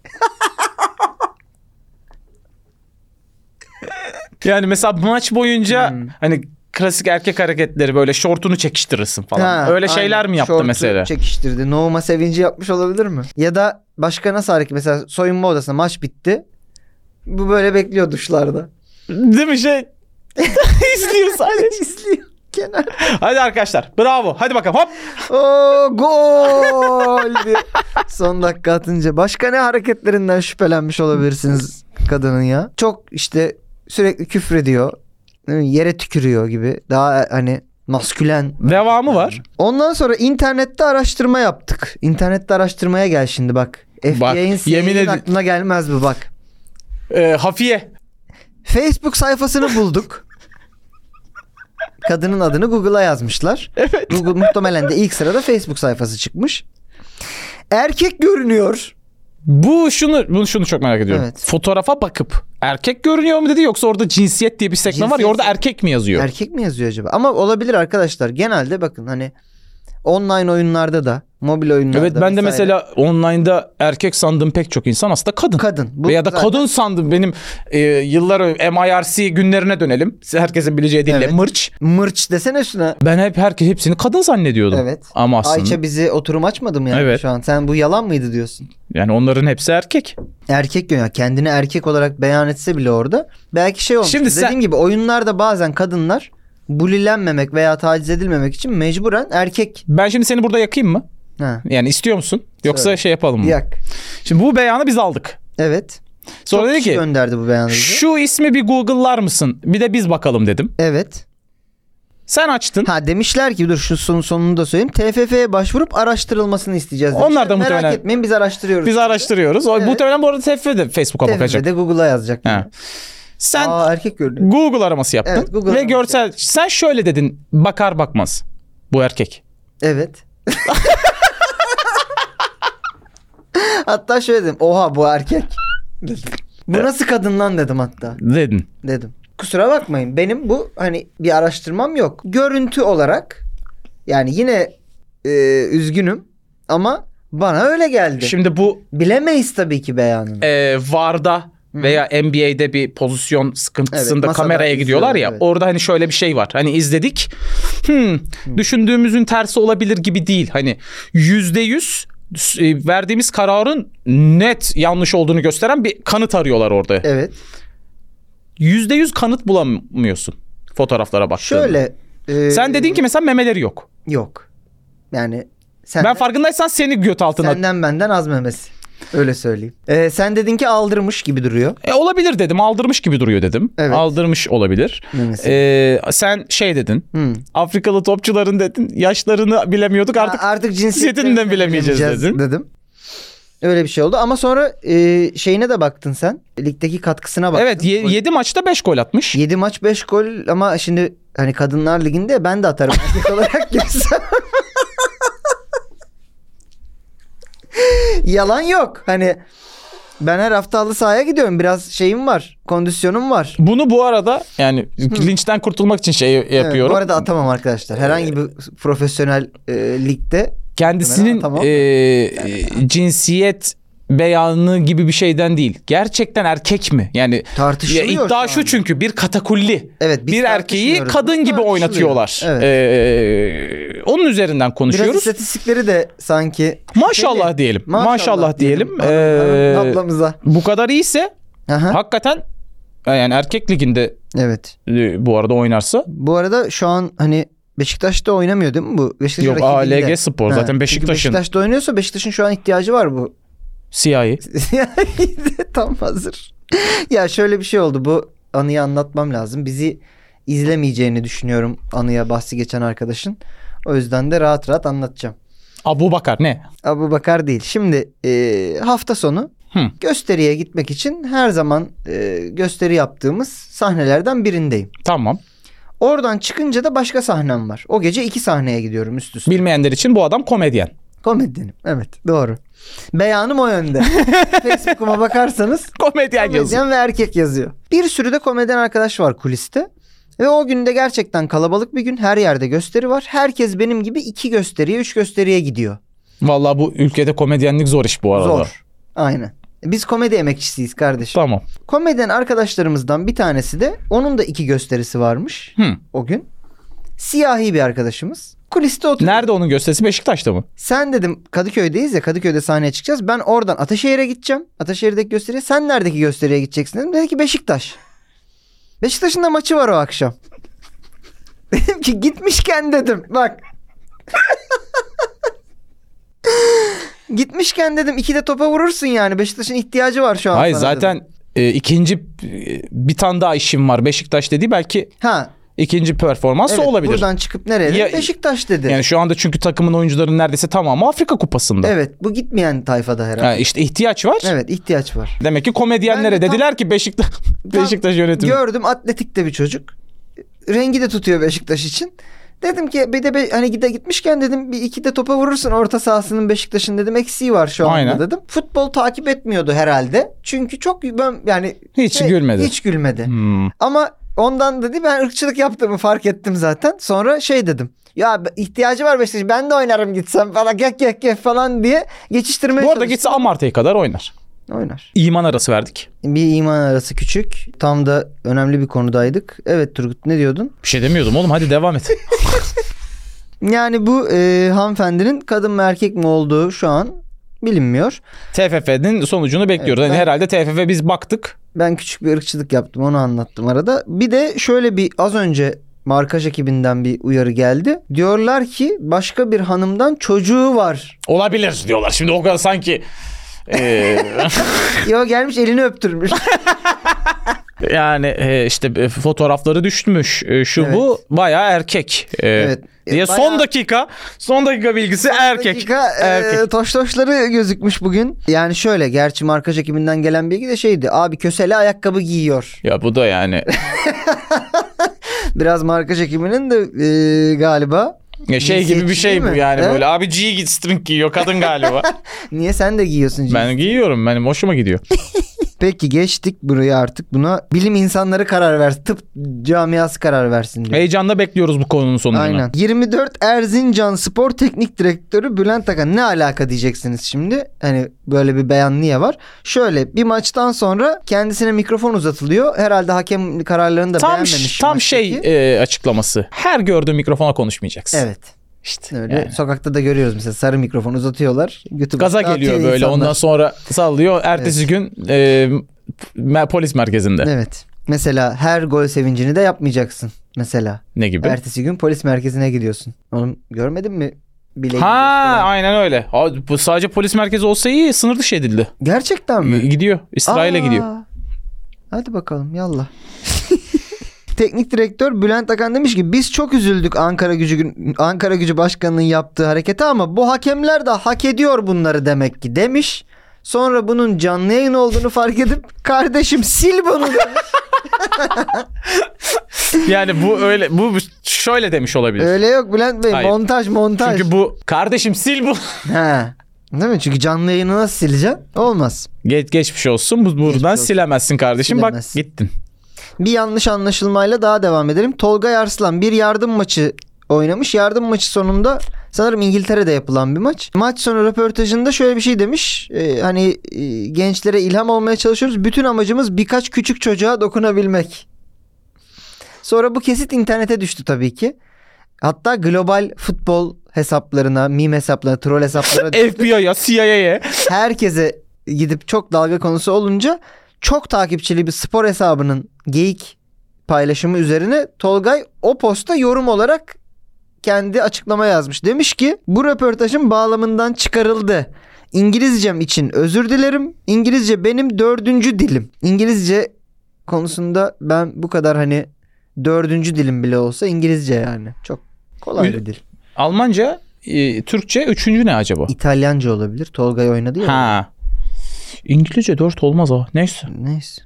Speaker 2: Yani mesela maç boyunca hani klasik erkek hareketleri böyle şortunu çekiştirirsin falan.
Speaker 3: Ha,
Speaker 2: Öyle şeyler
Speaker 3: aynen.
Speaker 2: mi yaptı
Speaker 3: Şortu
Speaker 2: mesela?
Speaker 3: çekiştirdi. Nohuma sevinci yapmış olabilir mi? Ya da başka nasıl hareket? Mesela soyunma odasında maç bitti. Bu böyle bekliyor duşlarda.
Speaker 2: Değil mi şey? İzliyor sadece.
Speaker 3: İzliyor kenar.
Speaker 2: Hadi arkadaşlar bravo. Hadi bakalım hop.
Speaker 3: Oo gol diye. Son dakika atınca. Başka ne hareketlerinden şüphelenmiş olabilirsiniz kadının ya? Çok işte sürekli küfrediyor. değil mi? Yere tükürüyor gibi. Daha hani maskülen
Speaker 2: Devamı var.
Speaker 3: Ondan sonra internette araştırma yaptık. İnternette araştırmaya gel şimdi bak. FBI'nin
Speaker 2: yemin
Speaker 3: yemin
Speaker 2: ed-
Speaker 3: aklına gelmez bu bak.
Speaker 2: Ee, hafiye.
Speaker 3: Facebook sayfasını bulduk. Kadının adını Google'a yazmışlar. Evet. Google muhtemelen de ilk sırada Facebook sayfası çıkmış. Erkek görünüyor.
Speaker 2: Bu şunu bunu şunu çok merak ediyorum.
Speaker 3: Evet.
Speaker 2: Fotoğrafa bakıp erkek görünüyor mu dedi yoksa orada cinsiyet diye bir sekme var ya
Speaker 3: Cinsiyet-
Speaker 2: orada erkek mi yazıyor?
Speaker 3: Erkek mi yazıyor acaba? Ama olabilir arkadaşlar. Genelde bakın hani online oyunlarda da, mobil oyunlarda
Speaker 2: evet ben de
Speaker 3: vesaire.
Speaker 2: mesela online'da erkek sandığım pek çok insan aslında kadın.
Speaker 3: kadın. Bu
Speaker 2: ya da
Speaker 3: zaten-
Speaker 2: kadın sandım benim e, yıllar önce MIRC günlerine dönelim. Herkesin bileceği dille
Speaker 3: Evet.
Speaker 2: mırç.
Speaker 3: mırç desene şuna.
Speaker 2: Ben hep herkes hepsini kadın zannediyordum.
Speaker 3: Evet.
Speaker 2: Ama aslında
Speaker 3: Ayça bizi oturum açmadı mı yani
Speaker 2: Evet.
Speaker 3: şu an? Sen bu yalan mıydı diyorsun?
Speaker 2: yani onların hepsi erkek.
Speaker 3: Erkek ya kendini erkek olarak beyan etse bile orada belki şey olmuş.
Speaker 2: Şimdi
Speaker 3: Şimdi
Speaker 2: sen-
Speaker 3: Dediğim gibi oyunlarda bazen kadınlar bulilenmemek veya taciz edilmemek için mecburen erkek.
Speaker 2: Ben şimdi seni burada yakayım mı?
Speaker 3: Ha.
Speaker 2: Yani istiyor musun? Yoksa
Speaker 3: Söyle.
Speaker 2: şey yapalım mı?
Speaker 3: Yak.
Speaker 2: Şimdi bu beyanı biz aldık.
Speaker 3: Evet.
Speaker 2: Sonra
Speaker 3: Çok
Speaker 2: dedi
Speaker 3: kişi
Speaker 2: ki
Speaker 3: gönderdi bu beyanı bize.
Speaker 2: şu ismi bir Google'lar mısın? Bir de biz bakalım dedim.
Speaker 3: Evet.
Speaker 2: Sen açtın.
Speaker 3: Ha demişler ki dur şu son, sonunu da söyleyeyim. TFF'ye başvurup araştırılmasını isteyeceğiz.
Speaker 2: Onlar da
Speaker 3: demişler.
Speaker 2: muhtemelen-
Speaker 3: Merak etmeyin biz araştırıyoruz.
Speaker 2: Biz araştırıyoruz. O,
Speaker 3: Evet.
Speaker 2: Muhtemelen bu arada TFF de Facebook'a
Speaker 3: TFF
Speaker 2: bakacak.
Speaker 3: de Google'a yazacak.
Speaker 2: He. Sen
Speaker 3: Aa erkek gördü.
Speaker 2: Google araması yaptın.
Speaker 3: Evet, Google
Speaker 2: ve
Speaker 3: araması
Speaker 2: görsel sen şöyle dedin bakar bakmaz. Bu erkek.
Speaker 3: Evet. hatta şöyle dedim. Oha bu erkek. Dedim. Bu nasıl kadın lan dedim hatta.
Speaker 2: Dedin.
Speaker 3: Dedim. Kusura bakmayın benim bu hani bir araştırmam yok. Görüntü olarak yani yine e, üzgünüm ama bana öyle geldi.
Speaker 2: Şimdi bu
Speaker 3: Bilemeyiz tabii ki beyanını.
Speaker 2: e, VAR'da veya NBA'de bir pozisyon
Speaker 3: Evet,
Speaker 2: sıkıntısında
Speaker 3: masada
Speaker 2: kameraya
Speaker 3: izliyorlar,
Speaker 2: gidiyorlar ya.
Speaker 3: evet.
Speaker 2: Orada hani şöyle bir şey var. Hani izledik. Hmm, düşündüğümüzün tersi olabilir gibi değil. Hani yüzde yüz e, verdiğimiz kararın net yanlış olduğunu gösteren bir kanıt arıyorlar orada.
Speaker 3: Evet.
Speaker 2: Yüzde yüz kanıt bulamıyorsun fotoğraflara baktığında.
Speaker 3: Şöyle. e,
Speaker 2: Sen dedin ki mesela memeleri yok.
Speaker 3: Yok. Yani sen
Speaker 2: ben farkındaysan seni göt altına
Speaker 3: senden benden az memesi. Öyle söyleyeyim. E, sen dedin ki aldırmış gibi duruyor.
Speaker 2: E, olabilir dedim. Aldırmış gibi duruyor dedim.
Speaker 3: Evet.
Speaker 2: Aldırmış olabilir.
Speaker 3: Memesi.
Speaker 2: E, sen şey dedin.
Speaker 3: Hı.
Speaker 2: Afrikalı topçuların dedin. Yaşlarını bilemiyorduk artık.
Speaker 3: Ha, artık
Speaker 2: cinsiyetini de bilemeyeceğiz dedim.
Speaker 3: Öyle bir şey oldu ama sonra e, şeyine de baktın sen. Ligdeki katkısına baktın.
Speaker 2: evet 7 maçta 5 gol atmış.
Speaker 3: 7 maç 5 gol ama şimdi hani kadınlar liginde ben de atarım erkek olarak girsem. Yalan yok. Hani ben her hafta halı sahaya gidiyorum. Biraz şeyim var. Kondisyonum var.
Speaker 2: Bunu bu arada yani linçten kurtulmak için şey yapıyorum.
Speaker 3: Evet, bu arada atamam arkadaşlar. Herhangi bir profesyonel e, ligde
Speaker 2: Kendisinin
Speaker 3: Tamam.
Speaker 2: e, e, cinsiyet beyanı gibi bir şeyden değil. Gerçekten erkek mi? Yani ya
Speaker 3: tartışılıyor. şu
Speaker 2: iddia şu
Speaker 3: an.
Speaker 2: çünkü bir katakulli.
Speaker 3: Evet, biz
Speaker 2: bir erkeği
Speaker 3: tartışmıyoruz.
Speaker 2: kadın gibi
Speaker 3: Tartışılıyor.
Speaker 2: oynatıyorlar.
Speaker 3: Evet.
Speaker 2: E, onun üzerinden
Speaker 3: Biraz şey
Speaker 2: konuşuyoruz.
Speaker 3: istatistikleri de sanki
Speaker 2: Maşallah diyelim. Maşallah, diyelim. Ee,
Speaker 3: Hanım- ablamıza.
Speaker 2: bu kadar iyiyse
Speaker 3: Aha,
Speaker 2: hakikaten e, yani erkek liginde
Speaker 3: evet.
Speaker 2: e, bu arada oynarsa
Speaker 3: Bu arada şu an hani Beşiktaş'ta oynamıyor değil mi bu? Beşiktaş
Speaker 2: yok ALG Spor
Speaker 3: Ha,
Speaker 2: zaten
Speaker 3: çünkü
Speaker 2: Beşiktaş'ın
Speaker 3: Beşiktaş'ta oynuyorsa Beşiktaş'ın şu an ihtiyacı var bu.
Speaker 2: siyahi.
Speaker 3: Tam hazır. ya şöyle bir şey oldu bu anıyı anlatmam lazım. Bizi izlemeyeceğini düşünüyorum anıya bahsi geçen arkadaşın. O yüzden de rahat rahat anlatacağım.
Speaker 2: Abu Bakar ne?
Speaker 3: Abu Bakar değil. Şimdi e, hafta sonu
Speaker 2: Hı.
Speaker 3: gösteriye gitmek için her zaman e, gösteri yaptığımız sahnelerden birindeyim.
Speaker 2: Tamam.
Speaker 3: Oradan çıkınca da başka sahnem var. O gece iki sahneye gidiyorum üst üste.
Speaker 2: Bilmeyenler için bu adam komedyen.
Speaker 3: Komedyenim. Evet doğru. Beyanım o yönde. Facebook'uma bakarsanız
Speaker 2: Komedyen yazıyor.
Speaker 3: komedyen ve erkek yazıyor. Bir sürü de komedyen arkadaş var kuliste. Ve o günde gerçekten kalabalık bir gün. Her yerde gösteri var. Herkes benim gibi iki gösteriye, üç gösteriye gidiyor.
Speaker 2: Vallahi bu ülkede komedyenlik zor iş bu arada.
Speaker 3: Zor. Aynen. Biz komedi emekçisiyiz kardeşim.
Speaker 2: Tamam.
Speaker 3: Komedyen arkadaşlarımızdan bir tanesi de onun da iki gösterisi varmış
Speaker 2: Hı.
Speaker 3: o gün. Siyahi bir arkadaşımız. Kuliste oturuyor.
Speaker 2: Nerede onun gösterisi? Beşiktaş'ta mı?
Speaker 3: Sen dedim Kadıköy'deyiz ya Kadıköy'de sahneye çıkacağız. Ben oradan Ataşehir'e gideceğim. Ataşehir'deki gösteriye. Sen neredeki gösteriye gideceksin dedim. Dedi ki Beşiktaş. Beşiktaş'ın da maçı var o akşam. Dedim ki gitmişken dedim. Bak. gitmişken dedim iki de topa vurursun yani. Beşiktaş'ın ihtiyacı var şu an.
Speaker 2: Hayır
Speaker 3: sana dedim.
Speaker 2: zaten e, ikinci e, bir tane daha işim var Beşiktaş dediği belki
Speaker 3: Ha.
Speaker 2: ikinci performansı
Speaker 3: Evet,
Speaker 2: olabilir.
Speaker 3: Buradan çıkıp nereye? dedim?
Speaker 2: Ya-
Speaker 3: Beşiktaş dedi.
Speaker 2: Yani şu anda çünkü takımın oyuncuların neredeyse tamamı Afrika Kupası'nda.
Speaker 3: Evet bu gitmeyen tayfada herhalde.
Speaker 2: Ha, işte ihtiyaç var.
Speaker 3: Evet ihtiyaç var.
Speaker 2: Demek ki komedyenlere
Speaker 3: Bence tam-
Speaker 2: dediler ki Beşiktaş Beşiktaş yönetimi.
Speaker 3: Gördüm atletik de bir çocuk. Rengi de tutuyor Beşiktaş için. Dedim ki bir de be- hani gide gitmişken dedim bir iki de topa vurursun orta sahasının Beşiktaş'ın dedim eksiği var şu anda
Speaker 2: Aynen.
Speaker 3: dedim. Futbol takip etmiyordu herhalde. Çünkü çok ben yani
Speaker 2: Hiç gülmedi.
Speaker 3: şey, Hiç gülmedi.
Speaker 2: Hmm.
Speaker 3: Ama ondan dedi ben ırkçılık yaptığımı fark ettim zaten. Sonra şey dedim. Ya be- ihtiyacı var Beşiktaş ben de oynarım gitsem falan gek gek gek falan diye geçiştirmeye
Speaker 2: Bu arada
Speaker 3: çalıştım.
Speaker 2: gitse Amartey kadar oynar.
Speaker 3: Oynar.
Speaker 2: İman arası verdik.
Speaker 3: Bir iman arası küçük. Tam da önemli bir konudaydık. Evet Turgut ne diyordun?
Speaker 2: Bir şey demiyordum oğlum hadi devam et.
Speaker 3: Yani bu e, hanımefendinin kadın mı erkek mi olduğu şu an bilinmiyor.
Speaker 2: TFF'nin sonucunu bekliyoruz.
Speaker 3: Evet,
Speaker 2: Yani
Speaker 3: ben-
Speaker 2: herhalde TFF biz baktık.
Speaker 3: Ben küçük bir ırkçılık yaptım onu anlattım arada. Bir de şöyle bir az önce markaj ekibinden bir uyarı geldi. Diyorlar ki başka bir hanımdan çocuğu var.
Speaker 2: Olabilir diyorlar. Şimdi o kadar sanki e,
Speaker 3: Yo gelmiş elini öptürmüş.
Speaker 2: yani e, işte e, fotoğrafları düşmüş. E, şu
Speaker 3: Evet.
Speaker 2: bu bayağı erkek. E,
Speaker 3: Evet. E,
Speaker 2: Diye son
Speaker 3: bayağı-
Speaker 2: dakika son dakika bilgisi erkek.
Speaker 3: Dakika, e,
Speaker 2: erkek.
Speaker 3: toştoşları gözükmüş bugün. Yani şöyle gerçi markaj ekibinden gelen bilgi de şeydi. Abi kösele ayakkabı giyiyor.
Speaker 2: Ya bu da yani
Speaker 3: Biraz markaj ekibinin de e, galiba.
Speaker 2: ya şey gibi bir
Speaker 3: Cinsiyetçi
Speaker 2: şey
Speaker 3: değil
Speaker 2: bu
Speaker 3: mi?
Speaker 2: yani
Speaker 3: He?
Speaker 2: böyle abi G string giyiyor kadın galiba.
Speaker 3: Niye sen de giyiyorsun? Cins?
Speaker 2: ben giyiyorum benim hoşuma gidiyor.
Speaker 3: Peki geçtik burayı artık buna. Bilim insanları karar versin. Tıp camiası karar versin diyor.
Speaker 2: Heyecanla bekliyoruz bu konunun sonucunu.
Speaker 3: Aynen. 24 Erzincan Spor Teknik Direktörü Bülent Akan ne alaka diyeceksiniz şimdi? Hani böyle bir beyan niye var? Şöyle bir maçtan sonra kendisine mikrofon uzatılıyor. Herhalde hakem kararlarını da
Speaker 2: Tam
Speaker 3: beğenmemiş.
Speaker 2: tam
Speaker 3: maçtaki.
Speaker 2: şey e, açıklaması. Her gördüğün mikrofona konuşmayacaksın.
Speaker 3: Evet.
Speaker 2: İşte
Speaker 3: Öyle
Speaker 2: yani.
Speaker 3: sokakta da görüyoruz mesela sarı mikrofon uzatıyorlar. Götü
Speaker 2: Gaza
Speaker 3: başına
Speaker 2: geliyor
Speaker 3: atıyor
Speaker 2: böyle
Speaker 3: insanlar.
Speaker 2: ondan sonra sallıyor. Ertesi gün e, me- polis merkezinde.
Speaker 3: Evet. Mesela her gol sevincini de yapmayacaksın mesela.
Speaker 2: Ne gibi?
Speaker 3: Ertesi gün polis merkezine gidiyorsun. Oğlum görmedin mi? Bile
Speaker 2: Ha aynen öyle. Abi, bu sadece polis merkezi olsa iyi sınır dışı edildi.
Speaker 3: Gerçekten mi?
Speaker 2: Gidiyor. İsrail'e
Speaker 3: Aa.
Speaker 2: gidiyor.
Speaker 3: Hadi bakalım yallah. Teknik direktör Bülent Akan demiş ki biz çok üzüldük Ankara Gücü Ankara Gücü Başkanı'nın yaptığı harekete ama bu hakemler de hak ediyor bunları demek ki demiş. Sonra bunun canlı yayın olduğunu fark edip kardeşim sil bunu demiş.
Speaker 2: Yani bu öyle bu şöyle demiş olabilir.
Speaker 3: Öyle yok Bülent Bey
Speaker 2: Hayır.
Speaker 3: montaj montaj.
Speaker 2: Çünkü bu kardeşim sil bu.
Speaker 3: He. Değil mi? Çünkü canlı yayını nasıl sileceksin? Olmaz.
Speaker 2: Geç geçmiş olsun. Bu buradan
Speaker 3: olsun.
Speaker 2: silemezsin kardeşim.
Speaker 3: Silemezsin.
Speaker 2: Bak gittin.
Speaker 3: Bir yanlış anlaşılmayla daha devam edelim. Tolga Yarslan bir yardım maçı oynamış. Yardım maçı sonunda sanırım İngiltere'de yapılan bir maç. Maç sonu röportajında şöyle bir şey demiş. Ee, hani e, gençlere ilham olmaya çalışıyoruz. Bütün amacımız birkaç küçük çocuğa dokunabilmek. Sonra bu kesit internete düştü tabii ki. Hatta global futbol hesaplarına, meme hesaplarına, troll hesaplarına
Speaker 2: FBI'ya, CIA'ya.
Speaker 3: herkese gidip çok dalga konusu olunca çok takipçili bir spor hesabının geyik paylaşımı üzerine Tolgay o posta yorum olarak kendi açıklama yazmış. Demiş ki bu röportajın bağlamından çıkarıldı. İngilizcem için özür dilerim. İngilizce benim dördüncü dilim. İngilizce konusunda ben bu kadar hani dördüncü dilim bile olsa İngilizce yani. Çok kolay bir dil.
Speaker 2: Almanca, e, Türkçe üçüncü ne acaba?
Speaker 3: İtalyanca olabilir. Tolgay oynadı ya.
Speaker 2: Ha. İngilizce 4 olmaz ha. Neyse.
Speaker 3: Neyse.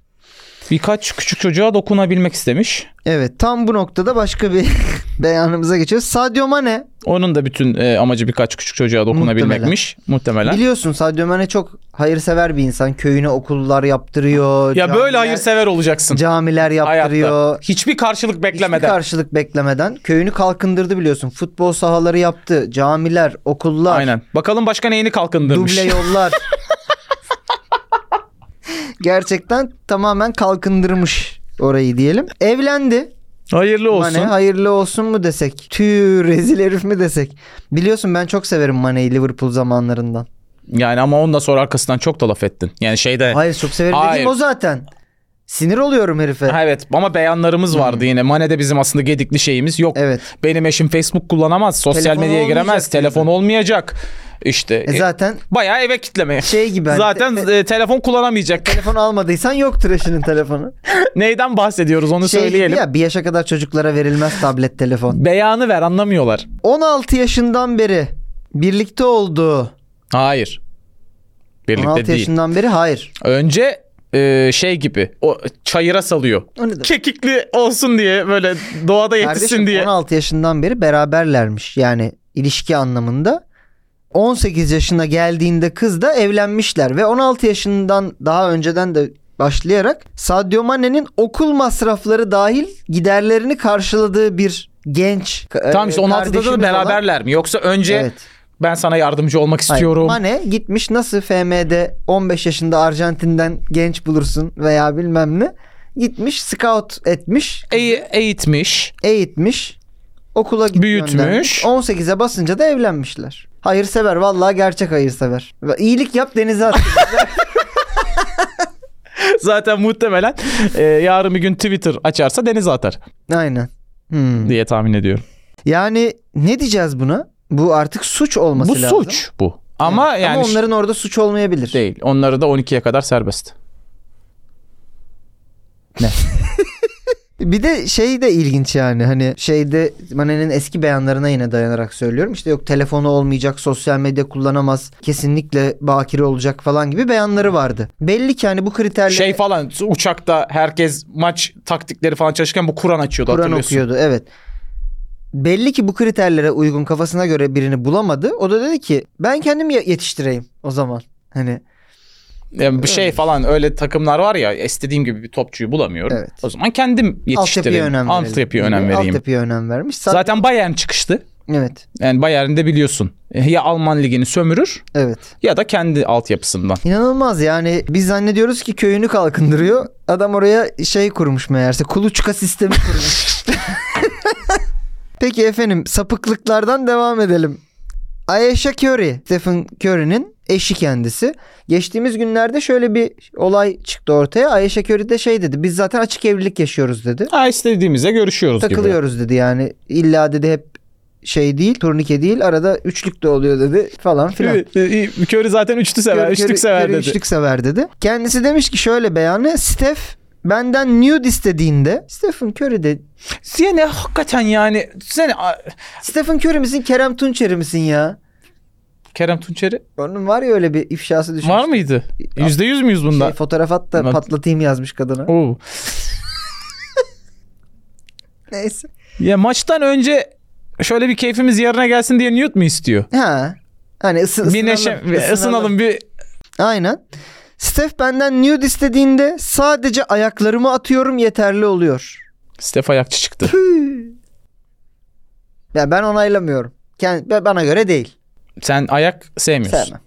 Speaker 2: Birkaç küçük çocuğa dokunabilmek istemiş.
Speaker 3: Evet tam bu noktada başka bir beyanımıza geçiyoruz. Sadio Mane
Speaker 2: Onun da bütün e, amacı birkaç küçük çocuğa dokunabilmekmiş. Muhtemelen.
Speaker 3: biliyorsun Sadio Mane çok hayırsever bir insan. Köyüne okullar yaptırıyor.
Speaker 2: ya böyle
Speaker 3: camiler-
Speaker 2: hayırsever olacaksın.
Speaker 3: Camiler yaptırıyor.
Speaker 2: Hayatta. Hiçbir karşılık
Speaker 3: Hiçbir
Speaker 2: beklemeden.
Speaker 3: karşılık beklemeden köyünü kalkındırdı biliyorsun. Futbol sahaları yaptı. Camiler, okullar,
Speaker 2: Aynen. Bakalım başka neyini kalkındırmış.
Speaker 3: duble yollar. Gerçekten tamamen kalkındırmış orayı diyelim. Evlendi.
Speaker 2: Hayırlı olsun.
Speaker 3: Mane hayırlı olsun mu desek? Tüh rezil herif mi desek? Biliyorsun ben çok severim Mane'yi Liverpool zamanlarından.
Speaker 2: Yani ama ondan sonra arkasından çok da laf ettin. Yani şeyde
Speaker 3: Hayır çok severim
Speaker 2: Hayır.
Speaker 3: dediğim o zaten. Sinir oluyorum herife.
Speaker 2: Ha, Evet ama beyanlarımız vardı yine. Mane'de bizim aslında gedikli şeyimiz yok.
Speaker 3: Hmm. Evet.
Speaker 2: Benim eşim Facebook kullanamaz. Sosyal
Speaker 3: Telefonu
Speaker 2: medyaya giremez.
Speaker 3: olmayacak
Speaker 2: Telefon olmayacak. İşte
Speaker 3: E
Speaker 2: e,
Speaker 3: zaten
Speaker 2: bayağı eve kitleme.
Speaker 3: şey gibi. hani
Speaker 2: Zaten
Speaker 3: te-
Speaker 2: e, telefon kullanamayacak.
Speaker 3: telefon almadıysan yoktur eşinin telefonu.
Speaker 2: Neyden bahsediyoruz onu
Speaker 3: Şey gibi
Speaker 2: söyleyelim.
Speaker 3: ya bir yaşa kadar çocuklara verilmez tablet telefon.
Speaker 2: Beyanı ver anlamıyorlar.
Speaker 3: 16 yaşından beri birlikte olduğu.
Speaker 2: Hayır. Birlikte
Speaker 3: 16
Speaker 2: değil.
Speaker 3: yaşından beri hayır.
Speaker 2: Önce e, şey gibi o çayıra salıyor.
Speaker 3: O ne demek?
Speaker 2: Kekikli olsun diye böyle doğada yetişsin
Speaker 3: Kardeşim
Speaker 2: diye.
Speaker 3: 16 yaşından beri beraberlermiş. Yani ilişki anlamında. 18 yaşına geldiğinde kız da evlenmişler ve 16 yaşından daha önceden de başlayarak Sadio Mane'nin okul masrafları dahil giderlerini karşıladığı bir genç e,
Speaker 2: Tamam işte 16'da da
Speaker 3: beraberler
Speaker 2: beraberler mi? Yoksa önce ben sana yardımcı olmak istiyorum.
Speaker 3: Mane gitmiş nasıl FM'de 15 yaşında Arjantin'den genç bulursun veya bilmem ne gitmiş scout etmiş
Speaker 2: Eğ- eğitmiş.
Speaker 3: eğitmiş. Okula git
Speaker 2: Büyütmüş.
Speaker 3: göndermiş. 18'e basınca da evlenmişler. Hayırsever vallahi gerçek hayırsever. Ve İyilik yap denize at.
Speaker 2: Zaten muhtemelen e, yarın bir gün Twitter açarsa denize atar.
Speaker 3: Aynen. Hmm.
Speaker 2: diye tahmin ediyorum.
Speaker 3: Yani ne diyeceğiz buna? Bu artık suç olması
Speaker 2: bu
Speaker 3: lazım.
Speaker 2: suç bu. Ama
Speaker 3: Evet.
Speaker 2: yani
Speaker 3: Ama onların orada suç olmayabilir.
Speaker 2: değil. Onları da 12'ye kadar serbest.
Speaker 3: Bir de şey de ilginç yani hani şeyde Mane'nin eski beyanlarına yine dayanarak söylüyorum. İşte yok telefonu olmayacak, sosyal medya kullanamaz, kesinlikle bakire olacak falan gibi beyanları vardı. Belli ki hani bu kriterleri
Speaker 2: Şey falan uçakta herkes maç taktikleri falan çalışırken bu Kur'an açıyordu
Speaker 3: Kur'an
Speaker 2: hatırlıyorsun.
Speaker 3: okuyordu evet. Belli ki bu kriterlere uygun kafasına göre birini bulamadı. O da dedi ki ben kendim ye- yetiştireyim o zaman. Hani
Speaker 2: Yani bir şey falan öyle takımlar var ya istediğim gibi bir topçuyu bulamıyorum.
Speaker 3: Evet.
Speaker 2: O zaman kendim
Speaker 3: altyapıya
Speaker 2: yetiştireyim.
Speaker 3: önem verelim.
Speaker 2: Altyapıya önem
Speaker 3: gibi.
Speaker 2: vereyim.
Speaker 3: Altyapıya önem vermiş. Sa-
Speaker 2: Zaten Bayern çıkıştı.
Speaker 3: Evet.
Speaker 2: Yani Bayern de biliyorsun e, ya Alman ligini sömürür
Speaker 3: Evet.
Speaker 2: ya da kendi altyapısından.
Speaker 3: İnanılmaz yani biz zannediyoruz ki köyünü kalkındırıyor. Adam oraya şey kurmuş meğerse kuluçka sistemi kurmuş. Peki efendim sapıklıklardan devam edelim. Ayesha Curry, Stephen Curry'nin eşi kendisi. Geçtiğimiz günlerde şöyle bir olay çıktı ortaya. Ayesha Curry de şey dedi. Biz zaten açık evlilik yaşıyoruz dedi.
Speaker 2: Ha istediğimizde görüşüyoruz gibi.
Speaker 3: Takılıyoruz dedi yani. İlla dedi hep şey değil, turnike değil. Arada üçlük de oluyor dedi falan filan.
Speaker 2: Körü zaten üçlü sever,
Speaker 3: Gör-
Speaker 2: üçlük
Speaker 3: gör-
Speaker 2: sever
Speaker 3: gör-
Speaker 2: dedi.
Speaker 3: Üçlük sever dedi. Kendisi demiş ki şöyle beyanı. Steph benden nude istediğinde Stephen Curry de
Speaker 2: Sene hakikaten yani sene
Speaker 3: Stephen Curry misin Kerem Tunçeri misin ya?
Speaker 2: Kerem Tunçeri
Speaker 3: Onun var ya öyle bir ifşası düşmüş.
Speaker 2: var mıydı? Yüzde yüz müyüz
Speaker 3: Şey,
Speaker 2: bunda?
Speaker 3: fotoğraf at da
Speaker 2: Lan-
Speaker 3: patlatayım yazmış kadına.
Speaker 2: Oo.
Speaker 3: Neyse.
Speaker 2: Ya maçtan önce şöyle bir keyfimiz yerine gelsin diye Newt mu istiyor?
Speaker 3: Ha. Hani ısı, ısınalım,
Speaker 2: bir neşe ısınalım. bir
Speaker 3: Aynen. Steph benden nude istediğinde sadece ayaklarımı atıyorum yeterli oluyor.
Speaker 2: Stef ayakçı çıktı.
Speaker 3: Ya ben onaylamıyorum. Kend, bana göre değil.
Speaker 2: Sen ayak sevmiyorsun.
Speaker 3: Sevmem.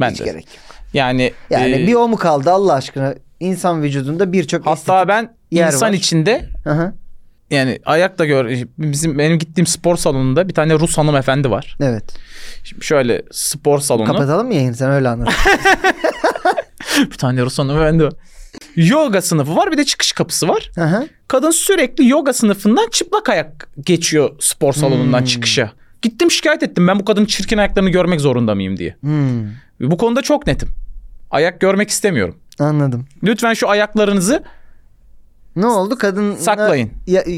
Speaker 2: ben
Speaker 3: Hiç
Speaker 2: de.
Speaker 3: gerek yok.
Speaker 2: Yani,
Speaker 3: Yani
Speaker 2: e,
Speaker 3: bir o mu kaldı Allah aşkına? İnsan vücudunda birçok
Speaker 2: hatta ben
Speaker 3: yer
Speaker 2: insan
Speaker 3: var.
Speaker 2: içinde
Speaker 3: Aha,
Speaker 2: yani ayakla gör bizim benim gittiğim spor salonunda bir tane Rus hanımefendi var.
Speaker 3: evet.
Speaker 2: Şimdi şöyle spor salonu.
Speaker 3: Kapatalım mı yayını sen öyle anlat.
Speaker 2: Bir tane Rus hanımefendi var. Yoga sınıfı var bir de çıkış kapısı var.
Speaker 3: Aha.
Speaker 2: Kadın sürekli yoga sınıfından çıplak ayak geçiyor spor salonundan çıkışa. Gittim şikayet ettim ben bu kadının çirkin ayaklarını görmek zorunda mıyım diye.
Speaker 3: Hmm,
Speaker 2: Bu konuda çok netim. Ayak görmek istemiyorum.
Speaker 3: anladım.
Speaker 2: Lütfen şu ayaklarınızı
Speaker 3: Ne oldu kadın?
Speaker 2: Saklayın.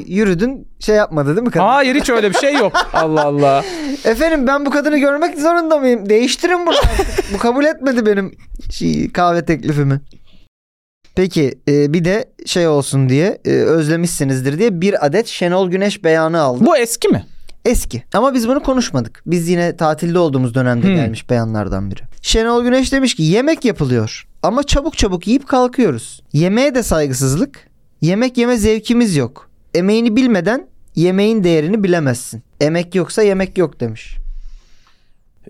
Speaker 3: yürüdün şey yapmadı değil mi kadın?
Speaker 2: hayır hiç öyle bir şey yok. Allah Allah.
Speaker 3: Efendim ben bu kadını görmek zorunda mıyım? Değiştirin bunu artık. bu kabul etmedi benim şey, kahve teklifimi. Peki e, bir de şey olsun diye e, özlemişsinizdir diye bir adet Şenol Güneş beyanı aldım.
Speaker 2: Bu eski mi?
Speaker 3: Eski. Ama biz bunu konuşmadık. Biz yine tatilde olduğumuz dönemde
Speaker 2: Hmm.
Speaker 3: gelmiş beyanlardan biri. Şenol Güneş demiş ki yemek yapılıyor ama çabuk çabuk yiyip kalkıyoruz. Yemeğe de saygısızlık. Yemek yeme zevkimiz yok. Emeğini bilmeden yemeğin değerini bilemezsin. Emek yoksa yemek yok demiş.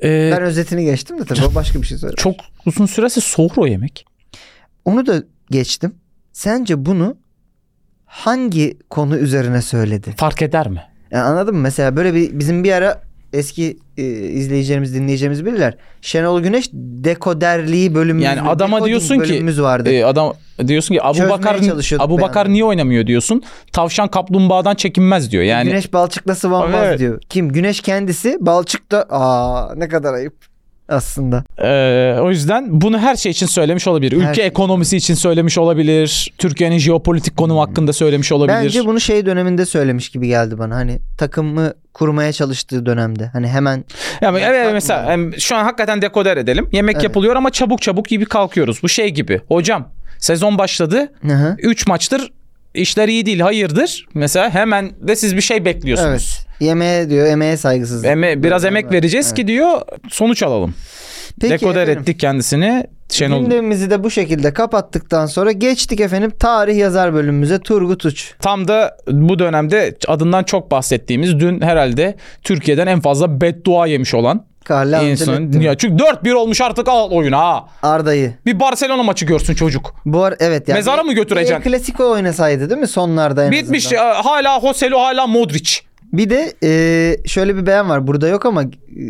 Speaker 2: Ee,
Speaker 3: Ben özetini geçtim de tabii o başka bir şey söyle.
Speaker 2: çok uzun süresi soğur o yemek.
Speaker 3: Onu da geçtim. Sence bunu hangi konu üzerine söyledi?
Speaker 2: Fark eder mi?
Speaker 3: Yani E, anladın mı? Mesela böyle bir bizim bir ara eski e, izleyicilerimiz dinleyeceğimiz bilirler. Şenol Güneş dekoderliği bölümümüz.
Speaker 2: Yani adama
Speaker 3: decoding
Speaker 2: diyorsun ki,
Speaker 3: bölümümüz vardı.
Speaker 2: Ee, adam diyorsun ki Abu
Speaker 3: Çözmeye
Speaker 2: Bakar
Speaker 3: çalışıyorduk
Speaker 2: Abu
Speaker 3: beyanı.
Speaker 2: Bakar niye oynamıyor diyorsun. Tavşan kaplumbağadan çekinmez diyor. Yani
Speaker 3: Güneş balçıkla sıvanmaz
Speaker 2: Evet.
Speaker 3: diyor. Kim? Güneş kendisi balçık da aa ne kadar ayıp aslında.
Speaker 2: Ee, o yüzden bunu her şey için söylemiş olabilir.
Speaker 3: Her
Speaker 2: Ülke
Speaker 3: şey.
Speaker 2: ekonomisi için söylemiş olabilir. Türkiye'nin jeopolitik konumu hakkında söylemiş olabilir.
Speaker 3: Bence bunu şey döneminde söylemiş gibi geldi bana. Hani takımı kurmaya çalıştığı dönemde. Hani hemen
Speaker 2: Yani evet,
Speaker 3: Farklı
Speaker 2: mesela
Speaker 3: yani.
Speaker 2: em, şu an hakikaten dekoder edelim. Yemek
Speaker 3: Evet.
Speaker 2: yapılıyor ama çabuk çabuk gibi kalkıyoruz. Bu şey gibi. Hocam sezon başladı.
Speaker 3: Hı hı.
Speaker 2: 3 maçtır işler iyi değil. Hayırdır? Mesela hemen de siz bir şey bekliyorsunuz.
Speaker 3: evet. Yemeğe diyor. Emeğe saygısızlık.
Speaker 2: Eme, biraz
Speaker 3: Evet,
Speaker 2: emek
Speaker 3: evet.
Speaker 2: vereceğiz ki diyor sonuç alalım.
Speaker 3: Peki
Speaker 2: dekoder
Speaker 3: efendim.
Speaker 2: ettik kendisini. Şenol
Speaker 3: Gündemimizi de bu şekilde kapattıktan sonra geçtik efendim tarih yazar bölümümüze Turgut Uç.
Speaker 2: Tam da bu dönemde adından çok bahsettiğimiz dün herhalde Türkiye'den en fazla beddua yemiş olan
Speaker 3: Carlo
Speaker 2: insan.
Speaker 3: Ancelotti. mi?
Speaker 2: Ya çünkü 4-1 olmuş artık al oyunu ha.
Speaker 3: Arda'yı.
Speaker 2: Bir Barcelona maçı görsün çocuk.
Speaker 3: Bu ar- evet yani.
Speaker 2: Mezara mı
Speaker 3: El
Speaker 2: götüreceksin?
Speaker 3: Clasico oynasaydı değil mi sonlarda en
Speaker 2: Bitmiş
Speaker 3: azından.
Speaker 2: e, hala Hoselu hala Modric.
Speaker 3: Bir de e, şöyle bir beyan var. Burada yok ama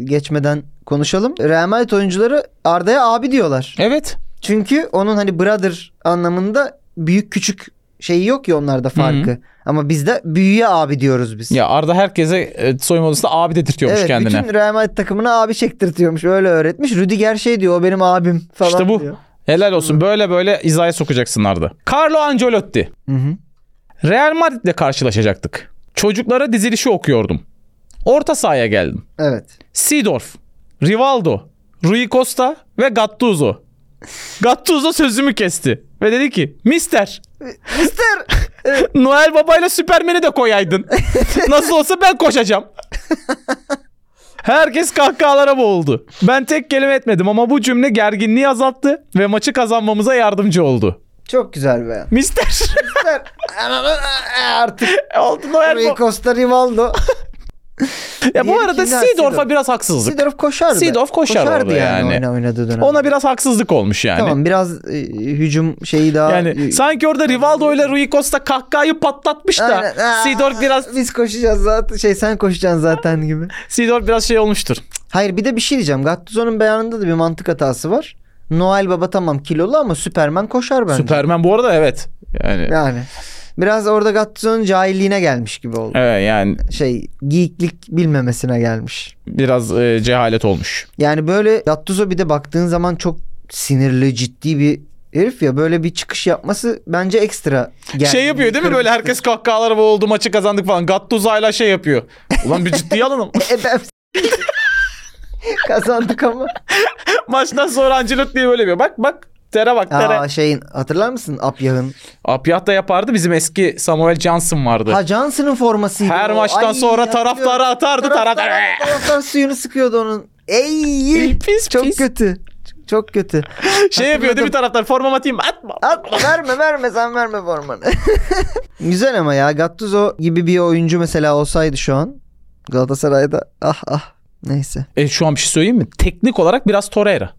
Speaker 3: geçmeden konuşalım. Real Madrid oyuncuları Arda'ya abi diyorlar.
Speaker 2: Evet.
Speaker 3: Çünkü onun hani brother anlamında büyük küçük şeyi yok ya onlarda farkı. Ama bizde büyüye abi diyoruz biz.
Speaker 2: Ya Arda herkese e, soyunma odasında abi dedirtiyormuş
Speaker 3: evet,
Speaker 2: kendine.
Speaker 3: bütün Real Madrid takımına abi çektirtiyormuş. Öyle öğretmiş. Rüdiger şey diyor o benim abim falan
Speaker 2: İşte bu.
Speaker 3: diyor.
Speaker 2: Helal olsun. Böyle böyle izaya sokacaksın Arda. Carlo Ancelotti.
Speaker 3: Hı hı.
Speaker 2: Real Madrid'le karşılaşacaktık. Çocuklara dizilişi okuyordum. Orta sahaya geldim.
Speaker 3: Evet.
Speaker 2: Seedorf, Rivaldo, Rui Costa ve Gattuso. Gattuso sözümü kesti ve dedi ki Mister
Speaker 3: Mister
Speaker 2: Noel Baba ile Süpermen'i de koyaydın. Nasıl olsa ben koşacağım. Herkes kahkahalara boğuldu. Ben tek kelime etmedim ama bu cümle gerginliği azalttı ve maçı kazanmamıza yardımcı oldu.
Speaker 3: çok güzel be.
Speaker 2: Mister E,
Speaker 3: Mister artık
Speaker 2: oldu Noel
Speaker 3: Rui
Speaker 2: Baba.
Speaker 3: Costa Rivaldo.
Speaker 2: Ya bu
Speaker 3: Diğeri
Speaker 2: arada
Speaker 3: kimdi?
Speaker 2: Seedorf'a
Speaker 3: Seedorf.
Speaker 2: biraz haksızlık.
Speaker 3: Seedorf koşardı.
Speaker 2: Seedorf koşar orada yani.
Speaker 3: oyna oynadığı dönem.
Speaker 2: Ona biraz haksızlık olmuş yani.
Speaker 3: Tamam biraz e, hücum şeyi daha
Speaker 2: Yani
Speaker 3: e,
Speaker 2: sanki orada Rivaldo ile Rui Costa kahkahayı patlatmış da
Speaker 3: Aynen. Aa,
Speaker 2: Seedorf biraz
Speaker 3: biz koşacağız zaten şey sen koşacaksın zaten gibi.
Speaker 2: Seedorf biraz şey olmuştur.
Speaker 3: Hayır bir de bir şey diyeceğim. Gattuso'nun beyanında da bir mantık hatası var. Noel Baba tamam kilolu ama Superman koşar bence.
Speaker 2: Superman bu arada evet. Yani
Speaker 3: Yani biraz orada Gattuso'nun cahilliğine gelmiş gibi oldu.
Speaker 2: evet yani
Speaker 3: Şey giyiklik bilmemesine gelmiş.
Speaker 2: biraz e, cehalet olmuş.
Speaker 3: Yani böyle Gattuso bir de baktığın zaman çok sinirli ciddi bir herif ya böyle bir çıkış yapması bence ekstra. gerginlik,
Speaker 2: şey yapıyor değil mi
Speaker 3: kırmızı-
Speaker 2: böyle herkes kahkahalara boğuldu maçı kazandık falan. Gattuso hala şey yapıyor. Ulan bir ciddiye alalım.
Speaker 3: E ben- Kazandık ama.
Speaker 2: Maçtan sonra Ancelotti diye böyle bir bak bak tere bak tere.
Speaker 3: Aa şeyin hatırlar mısın Apyah'ın?
Speaker 2: Apyat da yapardı bizim eski Samuel Johnson vardı.
Speaker 3: Ha Johnson'ın formasıydı.
Speaker 2: Her
Speaker 3: o.
Speaker 2: maçtan
Speaker 3: Ay,
Speaker 2: sonra
Speaker 3: hatırlıyorum.
Speaker 2: taraftarı atardı taraftar.
Speaker 3: Taraftar, taraftar suyunu sıkıyordu onun. Ey
Speaker 2: İyi, pis,
Speaker 3: çok
Speaker 2: pis.
Speaker 3: kötü. Çok kötü.
Speaker 2: Şey yapıyor değil mi taraftar formam atayım mı? atma.
Speaker 3: At verme verme sen verme formanı. Güzel ama ya Gattuso gibi bir oyuncu mesela olsaydı şu an Galatasaray'da ah ah neyse.
Speaker 2: E şu an bir şey söyleyeyim mi? Teknik olarak biraz Torreira.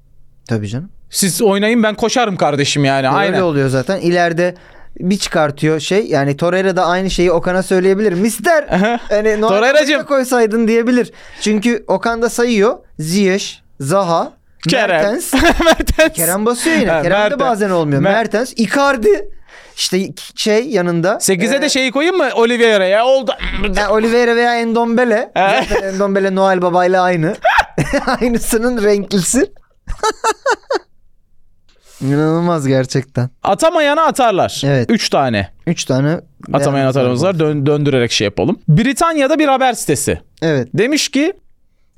Speaker 3: Tabii canım.
Speaker 2: Siz oynayın ben koşarım kardeşim yani.
Speaker 3: Öyle
Speaker 2: Aynen.
Speaker 3: oluyor zaten. İleride bir çıkartıyor şey yani Torreira da aynı şeyi Okan'a söyleyebilir. Mister
Speaker 2: Aha.
Speaker 3: Hani Noel
Speaker 2: Torreira'cığım.
Speaker 3: Baba'ya koysaydın diyebilir. Çünkü Okan da sayıyor. Ziyech, Zaha,
Speaker 2: Kerem.
Speaker 3: Mertens.
Speaker 2: Mertens.
Speaker 3: Kerem basıyor yine.
Speaker 2: Ha,
Speaker 3: Kerem
Speaker 2: Mertens.
Speaker 3: de bazen olmuyor.
Speaker 2: Mer-
Speaker 3: Mertens, Icardi. İşte şey yanında.
Speaker 2: 8'e
Speaker 3: Ee,
Speaker 2: de şeyi koyayım mı Oliveira'ya? Oldu.
Speaker 3: yani Oliveira veya Endombele.
Speaker 2: He.
Speaker 3: Zaten Endombele Noel Baba ile aynı. Aynısının renklisi. İnanılmaz gerçekten.
Speaker 2: Atamayana atarlar.
Speaker 3: Evet.
Speaker 2: 3 tane.
Speaker 3: Üç tane.
Speaker 2: Atamayan atarımız var. Dön- döndürerek şey yapalım. Britanya'da bir haber sitesi.
Speaker 3: Evet.
Speaker 2: Demiş ki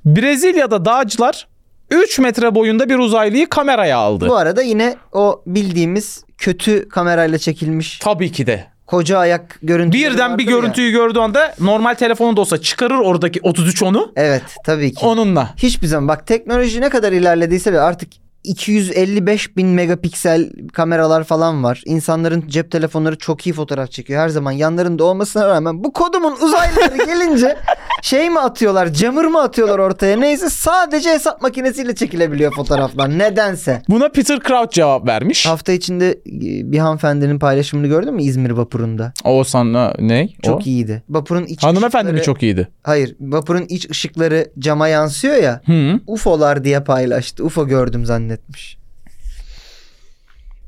Speaker 2: Brezilya'da dağcılar 3 metre boyunda bir uzaylıyı kameraya aldı.
Speaker 3: Bu arada yine o bildiğimiz kötü kamerayla çekilmiş
Speaker 2: Tabii ki de.
Speaker 3: koca ayak görüntüsü.
Speaker 2: Birden bir görüntüyü gördüğü anda normal telefonu da olsa çıkarır oradaki 33 onu
Speaker 3: Evet tabii ki.
Speaker 2: onunla.
Speaker 3: Hiçbir zaman bak teknoloji ne kadar ilerlediyse ve artık 255 bin megapiksel kameralar falan var. İnsanların cep telefonları çok iyi fotoğraf çekiyor her zaman yanlarında olmasına rağmen. Bu kodumun uzaylıları gelince şey mi atıyorlar camır mı atıyorlar ortaya neyse sadece hesap makinesiyle çekilebiliyor fotoğraflar nedense.
Speaker 2: Buna Peter Crouch cevap vermiş.
Speaker 3: Hafta içinde e, bir hanımefendinin paylaşımını gördün mü İzmir vapurunda?
Speaker 2: Oğuzhan ha, ne?
Speaker 3: Çok
Speaker 2: o?
Speaker 3: iyiydi. Vapurun iç
Speaker 2: Hanımefendi mi
Speaker 3: ışıkları-
Speaker 2: çok iyiydi?
Speaker 3: Hayır vapurun iç ışıkları cama yansıyor ya.
Speaker 2: Hı.
Speaker 3: UFO'lar diye paylaştı. UFO gördüm zannetmiş.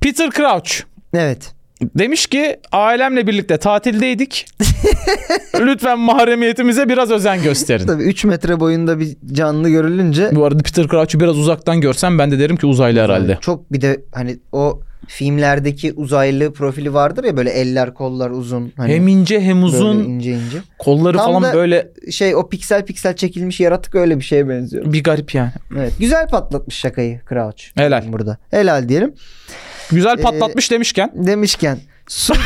Speaker 2: Peter Crouch
Speaker 3: Evet.
Speaker 2: demiş ki ailemle birlikte tatildeydik. Lütfen mahremiyetimize biraz özen gösterin.
Speaker 3: Tabii 3 metre boyunda bir canlı görülünce
Speaker 2: Bu arada Peter Crouch'u biraz uzaktan görsem ben de derim ki uzaylı herhalde.
Speaker 3: çok bir de hani o filmlerdeki uzaylı profili vardır ya böyle eller kollar uzun. Hani
Speaker 2: hem ince hem
Speaker 3: böyle
Speaker 2: uzun,
Speaker 3: ince ince.
Speaker 2: kolları
Speaker 3: Tam
Speaker 2: falan
Speaker 3: da-
Speaker 2: böyle
Speaker 3: Şey o piksel piksel çekilmiş yaratık öyle bir şeye benziyor.
Speaker 2: bir garip yani.
Speaker 3: Evet. Güzel patlatmış şakayı Crouch.
Speaker 2: Helal.
Speaker 3: Burada. Helal diyelim.
Speaker 2: Güzel
Speaker 3: Ee,
Speaker 2: patlatmış demişken
Speaker 3: Demişken Suudi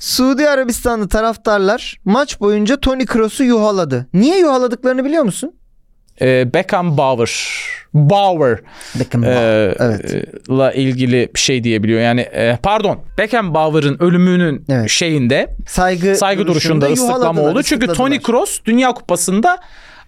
Speaker 3: Suudi Arabistanlı taraftarlar maç boyunca Toni Kroos'u yuhaladı. Niye yuhaladıklarını biliyor musun?
Speaker 2: e, Beckham Bauer Bauer e,
Speaker 3: evet.
Speaker 2: e, la ilgili bir şey diyebiliyor. Yani e, pardon Beckham Bauer'ın ölümünün
Speaker 3: Evet.
Speaker 2: şeyinde
Speaker 3: saygı
Speaker 2: saygı duruşunda ıslıklama
Speaker 3: Ee, yuhaladılar,
Speaker 2: oldu. Çünkü
Speaker 3: ıslıkladılar.
Speaker 2: Tony Kroos Dünya Kupası'nda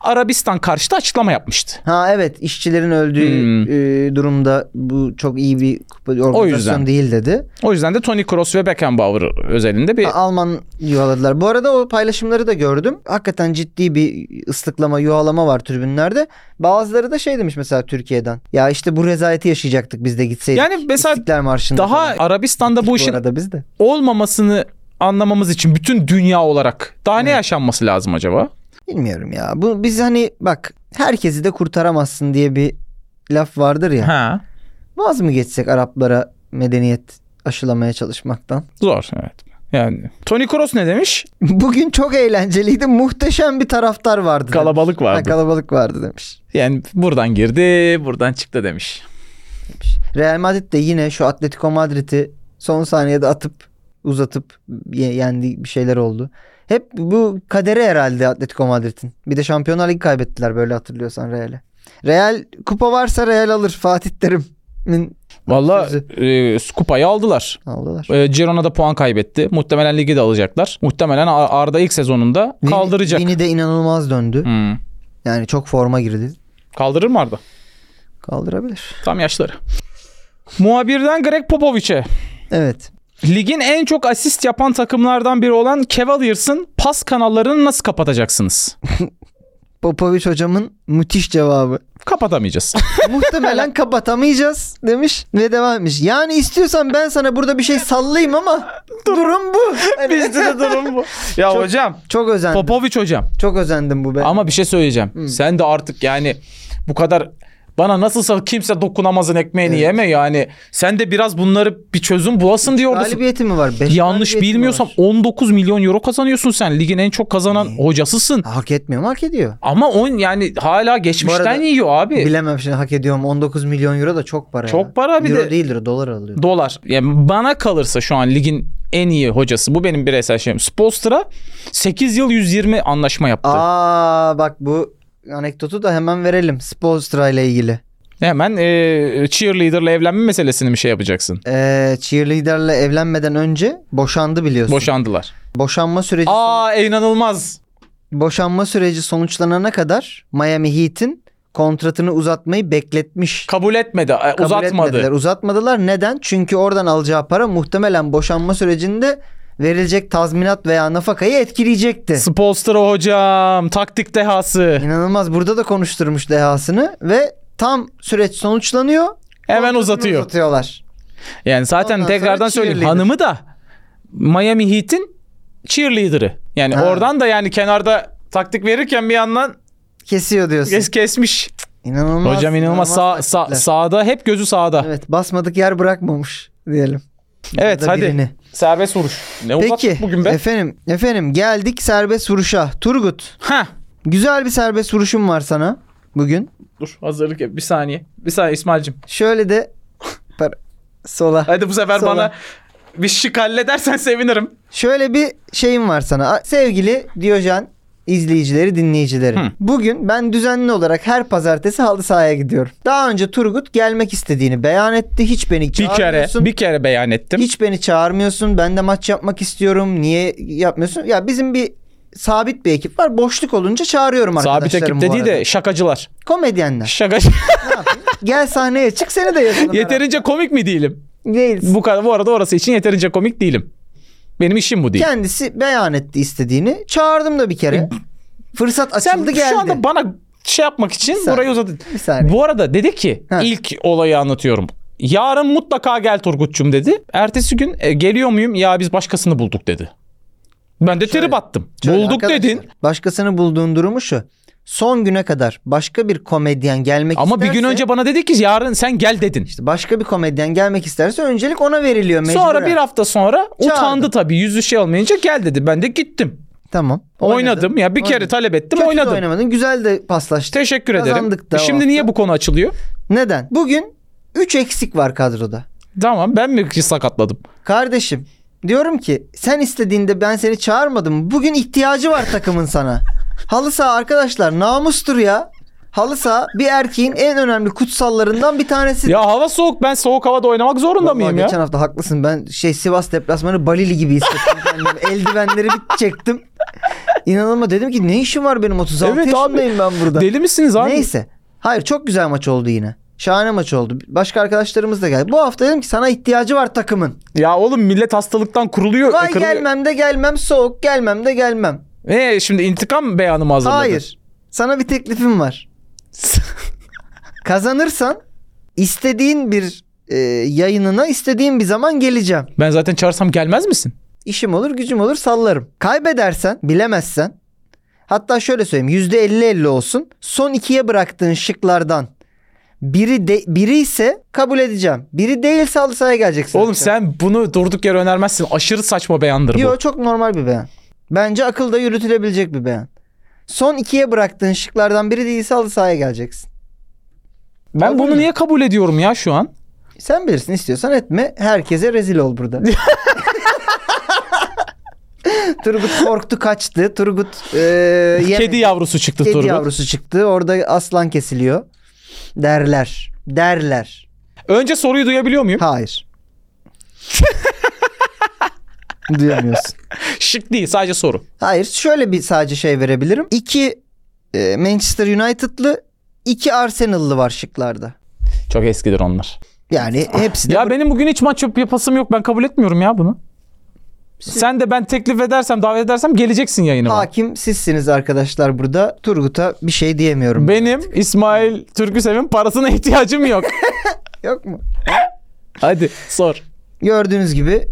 Speaker 2: Arabistan karşıtı açıklama yapmıştı.
Speaker 3: Ha evet işçilerin öldüğü
Speaker 2: Hmm.
Speaker 3: e, durumda bu çok iyi bir kupa-
Speaker 2: yüzden.
Speaker 3: organizasyon değil dedi.
Speaker 2: O yüzden de Toni Kroos ve Beckenbauer özelinde bir
Speaker 3: Ha, Alman yuvaladılar. Bu arada o paylaşımları da gördüm. Hakikaten ciddi bir ıslıklama, yuvalama var tribünlerde. Bazıları da şey demiş mesela Türkiye'den. Ya işte bu rezaleti yaşayacaktık biz de gitseydik.
Speaker 2: Yani mesela
Speaker 3: İstiklal Marşı'nda
Speaker 2: daha
Speaker 3: falan.
Speaker 2: Arabistan'da bu
Speaker 3: Bu
Speaker 2: işin
Speaker 3: arada biz de.
Speaker 2: olmamasını anlamamız için bütün dünya olarak daha ne yaşanması lazım acaba?
Speaker 3: Bilmiyorum ya. Bu biz hani bak herkesi de kurtaramazsın diye bir laf vardır ya.
Speaker 2: Ha.
Speaker 3: Vaz mı geçsek Araplara medeniyet aşılamaya çalışmaktan?
Speaker 2: Zor evet. Yani Toni Kroos ne demiş?
Speaker 3: Bugün çok eğlenceliydi. Muhteşem bir taraftar vardı. demiş.
Speaker 2: Kalabalık
Speaker 3: Ha,
Speaker 2: vardı.
Speaker 3: kalabalık vardı demiş.
Speaker 2: Yani buradan girdi, buradan çıktı demiş.
Speaker 3: demiş. Real Madrid de yine şu Atletico Madrid'i son saniyede atıp uzatıp ye- yendi bir şeyler oldu. Hep bu kaderi herhalde Atletico Madrid'in. Bir de Şampiyonlar Ligi kaybettiler böyle hatırlıyorsan Real'e. Real kupa varsa Real alır Fatih Terim'in
Speaker 2: Valla
Speaker 3: sözü.
Speaker 2: e, kupayı aldılar.
Speaker 3: aldılar.
Speaker 2: E, Girona da puan kaybetti. Muhtemelen ligi de alacaklar. Muhtemelen Ar- Arda ilk sezonunda
Speaker 3: Vini-
Speaker 2: kaldıracak.
Speaker 3: Vini de inanılmaz döndü.
Speaker 2: Hmm.
Speaker 3: Yani çok forma girdi.
Speaker 2: Kaldırır mı Arda?
Speaker 3: Kaldırabilir.
Speaker 2: Tam yaşları. Muhabirden Greg Popovich'e.
Speaker 3: Evet.
Speaker 2: Ligin en çok asist yapan takımlardan biri olan Cavaliers'ın pas kanallarını nasıl kapatacaksınız?
Speaker 3: Popovic hocamın müthiş cevabı.
Speaker 2: Kapatamayacağız.
Speaker 3: Muhtemelen kapatamayacağız demiş ve devam etmiş. Yani istiyorsan ben sana burada bir şey sallayayım ama durum bu. Hani
Speaker 2: durum bu. Ya hocam.
Speaker 3: çok özendim.
Speaker 2: Popovic hocam.
Speaker 3: Çok özendim bu be.
Speaker 2: Ama bir şey söyleyeceğim. Sen de artık yani bu kadar bana nasılsa kimse dokunamazın ekmeğini yeme yani. Sen de biraz bunları bir çözüm bulasın diyor musun?
Speaker 3: Galibiyeti mi var? Beş
Speaker 2: şey Yanlış
Speaker 3: galibiyeti mi
Speaker 2: bilmiyorsam
Speaker 3: var?
Speaker 2: 19 milyon euro kazanıyorsun sen. Ligin en çok kazanan
Speaker 3: Hmm.
Speaker 2: hocasısın.
Speaker 3: Hak etmiyor mu? Hak ediyor.
Speaker 2: Ama on yani hala geçmişten
Speaker 3: Bu arada
Speaker 2: yiyor abi.
Speaker 3: Bilemem şimdi hak ediyor mu? 19 milyon euro da çok para.
Speaker 2: Çok
Speaker 3: ya.
Speaker 2: para bir
Speaker 3: euro
Speaker 2: de-
Speaker 3: değildir dolar alıyor.
Speaker 2: dolar. Yani bana kalırsa şu an ligin en iyi hocası bu benim bireysel şeyim. Spolstra 8 yıl 120 anlaşma yaptı.
Speaker 3: Aa bak bu anekdotu da hemen verelim. Spolstra ile ilgili.
Speaker 2: Hemen e, cheerleader'la evlenme meselesini mi şey yapacaksın?
Speaker 3: Ee, cheerleader'la evlenmeden önce boşandı biliyorsun.
Speaker 2: Boşandılar.
Speaker 3: Boşanma süreci
Speaker 2: Aa inanılmaz.
Speaker 3: boşanma süreci sonuçlanana kadar Miami Heat'in kontratını uzatmayı bekletmiş.
Speaker 2: Kabul etmedi. e,
Speaker 3: Kabul etmediler,
Speaker 2: uzatmadı.
Speaker 3: Uzatmadılar. Neden? Çünkü oradan alacağı para muhtemelen boşanma sürecinde verilecek tazminat veya nafakayı etkileyecekti.
Speaker 2: Spolstra hocam taktik dehası.
Speaker 3: İnanılmaz. Burada da konuşturmuş dehasını ve tam süreç sonuçlanıyor.
Speaker 2: Hemen
Speaker 3: Kontratını
Speaker 2: uzatıyor.
Speaker 3: Uzatıyorlar.
Speaker 2: Yani zaten
Speaker 3: Ondan sonra
Speaker 2: tekrardan söyleyeyim
Speaker 3: cheerleader.
Speaker 2: hanımı da Miami Heat'in cheerleader'ı. Yani
Speaker 3: Ha.
Speaker 2: oradan da yani kenarda taktik verirken bir yandan
Speaker 3: Kesiyor diyorsun.
Speaker 2: kes kesmiş.
Speaker 3: İnanılmaz.
Speaker 2: Hocam inanılmaz sağ, sağ,
Speaker 3: taktikler.
Speaker 2: sağda hep gözü sağda. Evet,
Speaker 3: Evet, basmadık yer bırakmamış diyelim. Ya da
Speaker 2: hadi.
Speaker 3: birini.
Speaker 2: Serbest vuruş. Ne
Speaker 3: Peki
Speaker 2: uzattık bugün be?
Speaker 3: efendim efendim geldik serbest vuruşa. Turgut
Speaker 2: ha.
Speaker 3: güzel bir serbest vuruşum var sana bugün.
Speaker 2: Dur hazırlık yap. Bir saniye. Bir saniye İsmail'cim.
Speaker 3: Şöyle de Par- sola.
Speaker 2: Hadi bu sefer
Speaker 3: Sola.
Speaker 2: bana bir şık halledersen sevinirim.
Speaker 3: Şöyle bir şeyim var sana. A- Sevgili Diyojen izleyicileri, dinleyicileri.
Speaker 2: Hı.
Speaker 3: Bugün ben düzenli olarak her pazartesi halı sahaya gidiyorum. Daha önce Turgut gelmek istediğini beyan etti. Hiç beni
Speaker 2: Bir kere,
Speaker 3: çağırmıyorsun.
Speaker 2: bir kere beyan ettim.
Speaker 3: Hiç beni çağırmıyorsun. Ben de maç yapmak istiyorum. Niye yapmıyorsun? Ya bizim bir sabit bir ekip var. Boşluk olunca çağırıyorum
Speaker 2: Sabit
Speaker 3: arkadaşlarım
Speaker 2: ekip
Speaker 3: bu
Speaker 2: dediği
Speaker 3: arada.
Speaker 2: de şakacılar.
Speaker 3: Komedyenler.
Speaker 2: Şakacı.
Speaker 3: Gel sahneye çık seni de yazalım.
Speaker 2: yeterince komik mi değilim?
Speaker 3: herhalde. Değilsin.
Speaker 2: Bu kadar bu arada orası için yeterince komik değilim. Benim işim bu değil.
Speaker 3: Kendisi beyan etti istediğini. Çağırdım da bir kere. Fırsat açıldı
Speaker 2: E, Sen
Speaker 3: geldi.
Speaker 2: şu anda bana şey yapmak için
Speaker 3: Sen-
Speaker 2: burayı uzadın.
Speaker 3: Bir saniye.
Speaker 2: Bu arada dedi ki
Speaker 3: Ha.
Speaker 2: ilk olayı anlatıyorum. Yarın mutlaka gel Turgut'cum dedi. Ertesi gün "E, geliyor muyum? Ya biz başkasını bulduk dedi. Ben de
Speaker 3: Şöyle-
Speaker 2: trip attım.
Speaker 3: Şöyle
Speaker 2: bulduk
Speaker 3: arkadaşlar,
Speaker 2: dedin
Speaker 3: Başkasını bulduğun durumu şu. Son güne kadar başka bir komedyen gelmek
Speaker 2: ama bir gün
Speaker 3: isterse-
Speaker 2: önce bana dedi ki yarın sen gel dedin.
Speaker 3: başka bir komedyen gelmek isterse öncelik ona veriliyor mecburen.
Speaker 2: Sonra bir hafta sonra
Speaker 3: Çağırdı.
Speaker 2: utandı tabii yüzü şey olmayınca gel dedi. Ben de gittim.
Speaker 3: Tamam.
Speaker 2: Oynadım ya bir kere
Speaker 3: Oynadın.
Speaker 2: talep ettim
Speaker 3: Kötü de
Speaker 2: oynadım.
Speaker 3: oynamadın. Güzel de paslaştın.
Speaker 2: Teşekkür ederim.
Speaker 3: Kazandık da o
Speaker 2: Şimdi
Speaker 3: hafta.
Speaker 2: niye bu konu açılıyor?
Speaker 3: Neden? Bugün 3 eksik var kadroda.
Speaker 2: Tamam ben mi sakatladım?
Speaker 3: Kardeşim diyorum ki sen istediğinde ben seni çağırmadım. Bugün ihtiyacı var takımın sana. Halı saha arkadaşlar namustur ya. Halı saha bir erkeğin en önemli kutsallarından bir tanesi.
Speaker 2: Ya hava soğuk ben soğuk havada oynamak zorunda
Speaker 3: Vallahi
Speaker 2: mıyım ya?
Speaker 3: geçen hafta haklısın. Ben şey Sivas deplasmanı Balili gibi hissettim kendimi. Eldivenleri bir çektim. İnanılmaz dedim ki ne işim var benim 36
Speaker 2: Evet abi.
Speaker 3: yaşındayım ben burada.
Speaker 2: Deli misiniz abi?
Speaker 3: Neyse. Hayır çok güzel maç oldu yine. Şahane maç oldu. Başka arkadaşlarımız da geldi. Bu hafta dedim ki sana ihtiyacı var takımın.
Speaker 2: Ya oğlum millet hastalıktan kuruluyor.
Speaker 3: Vay
Speaker 2: kırılıyor.
Speaker 3: gelmem de gelmem soğuk gelmem de gelmem.
Speaker 2: Ee, şimdi intikam beyanı mı hazırladın?
Speaker 3: Hayır. Sana bir teklifim var. Kazanırsan istediğin bir e, yayınına istediğin bir zaman geleceğim.
Speaker 2: ben zaten çağırsam gelmez misin?
Speaker 3: İşim olur gücüm olur sallarım. Kaybedersen bilemezsen hatta şöyle söyleyeyim %50-50 olsun. Son ikiye bıraktığın şıklardan biri de, biri ise kabul edeceğim. Biri değilse halı sahaya geleceksin.
Speaker 2: Oğlum sen bunu durduk yere önermezsin. Aşırı saçma beyandır bu.
Speaker 3: Yo çok normal bir beyan. Bence akılda yürütülebilecek bir beyan. Son ikiye bıraktığın şıklardan biri değilse halı sahaya geleceksin.
Speaker 2: ben bunu
Speaker 3: mı?
Speaker 2: niye kabul ediyorum ya şu an?
Speaker 3: Sen bilirsin istiyorsan etme. Herkese rezil ol burada. Turgut korktu kaçtı. Turgut e, yemedi.
Speaker 2: Kedi yavrusu çıktı
Speaker 3: Kedi
Speaker 2: Turgut.
Speaker 3: yavrusu çıktı. Orada aslan kesiliyor. Derler. Derler.
Speaker 2: Önce soruyu duyabiliyor muyum?
Speaker 3: Hayır. Duyamıyorsun.
Speaker 2: Şık değil sadece soru.
Speaker 3: Hayır. Şöyle bir sadece şey verebilirim. İki e, Manchester United'lı iki Arsenal'lı var şıklarda.
Speaker 2: Çok eskidir onlar.
Speaker 3: Yani hepsi de
Speaker 2: Ya benim bugün hiç maç yap- yapasım yok. Ben kabul etmiyorum ya bunu. Sen de ben teklif edersem, davet edersem geleceksin yayınıma.
Speaker 3: hakim sizsiniz arkadaşlar burada. Turgut'a bir şey diyemiyorum.
Speaker 2: Benim İsmail Türküsev'in parasına ihtiyacım yok.
Speaker 3: Yok mu?
Speaker 2: Hadi sor.
Speaker 3: Gördüğünüz gibi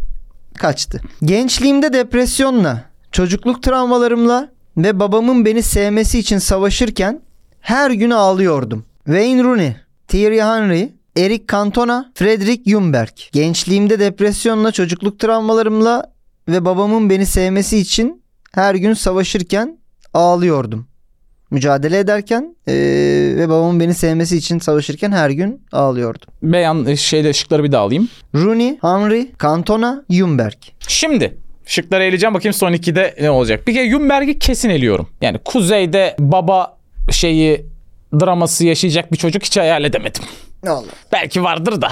Speaker 3: kaçtı. Gençliğimde depresyonla, çocukluk travmalarımla ve babamın beni sevmesi için savaşırken her gün ağlıyordum. Wayne Rooney, Thierry Henry, Eric Cantona, Fredrik Ljungberg. Gençliğimde depresyonla, çocukluk travmalarımla ve babamın beni sevmesi için her gün savaşırken ağlıyordum. Mücadele ederken eee, ve babamın beni sevmesi için savaşırken her gün ağlıyordum.
Speaker 2: Beyan e, şeyle şıkları bir daha alayım.
Speaker 3: Rooney, Henry, Cantona, Ljungberg.
Speaker 2: Şimdi şıkları eleyeceğim bakayım son 2'de ne olacak. Bir kere Yumberg'i kesin eliyorum. Yani kuzeyde baba şeyi draması yaşayacak bir çocuk hiç hayal edemedim.
Speaker 3: Allah
Speaker 2: Belki vardır da.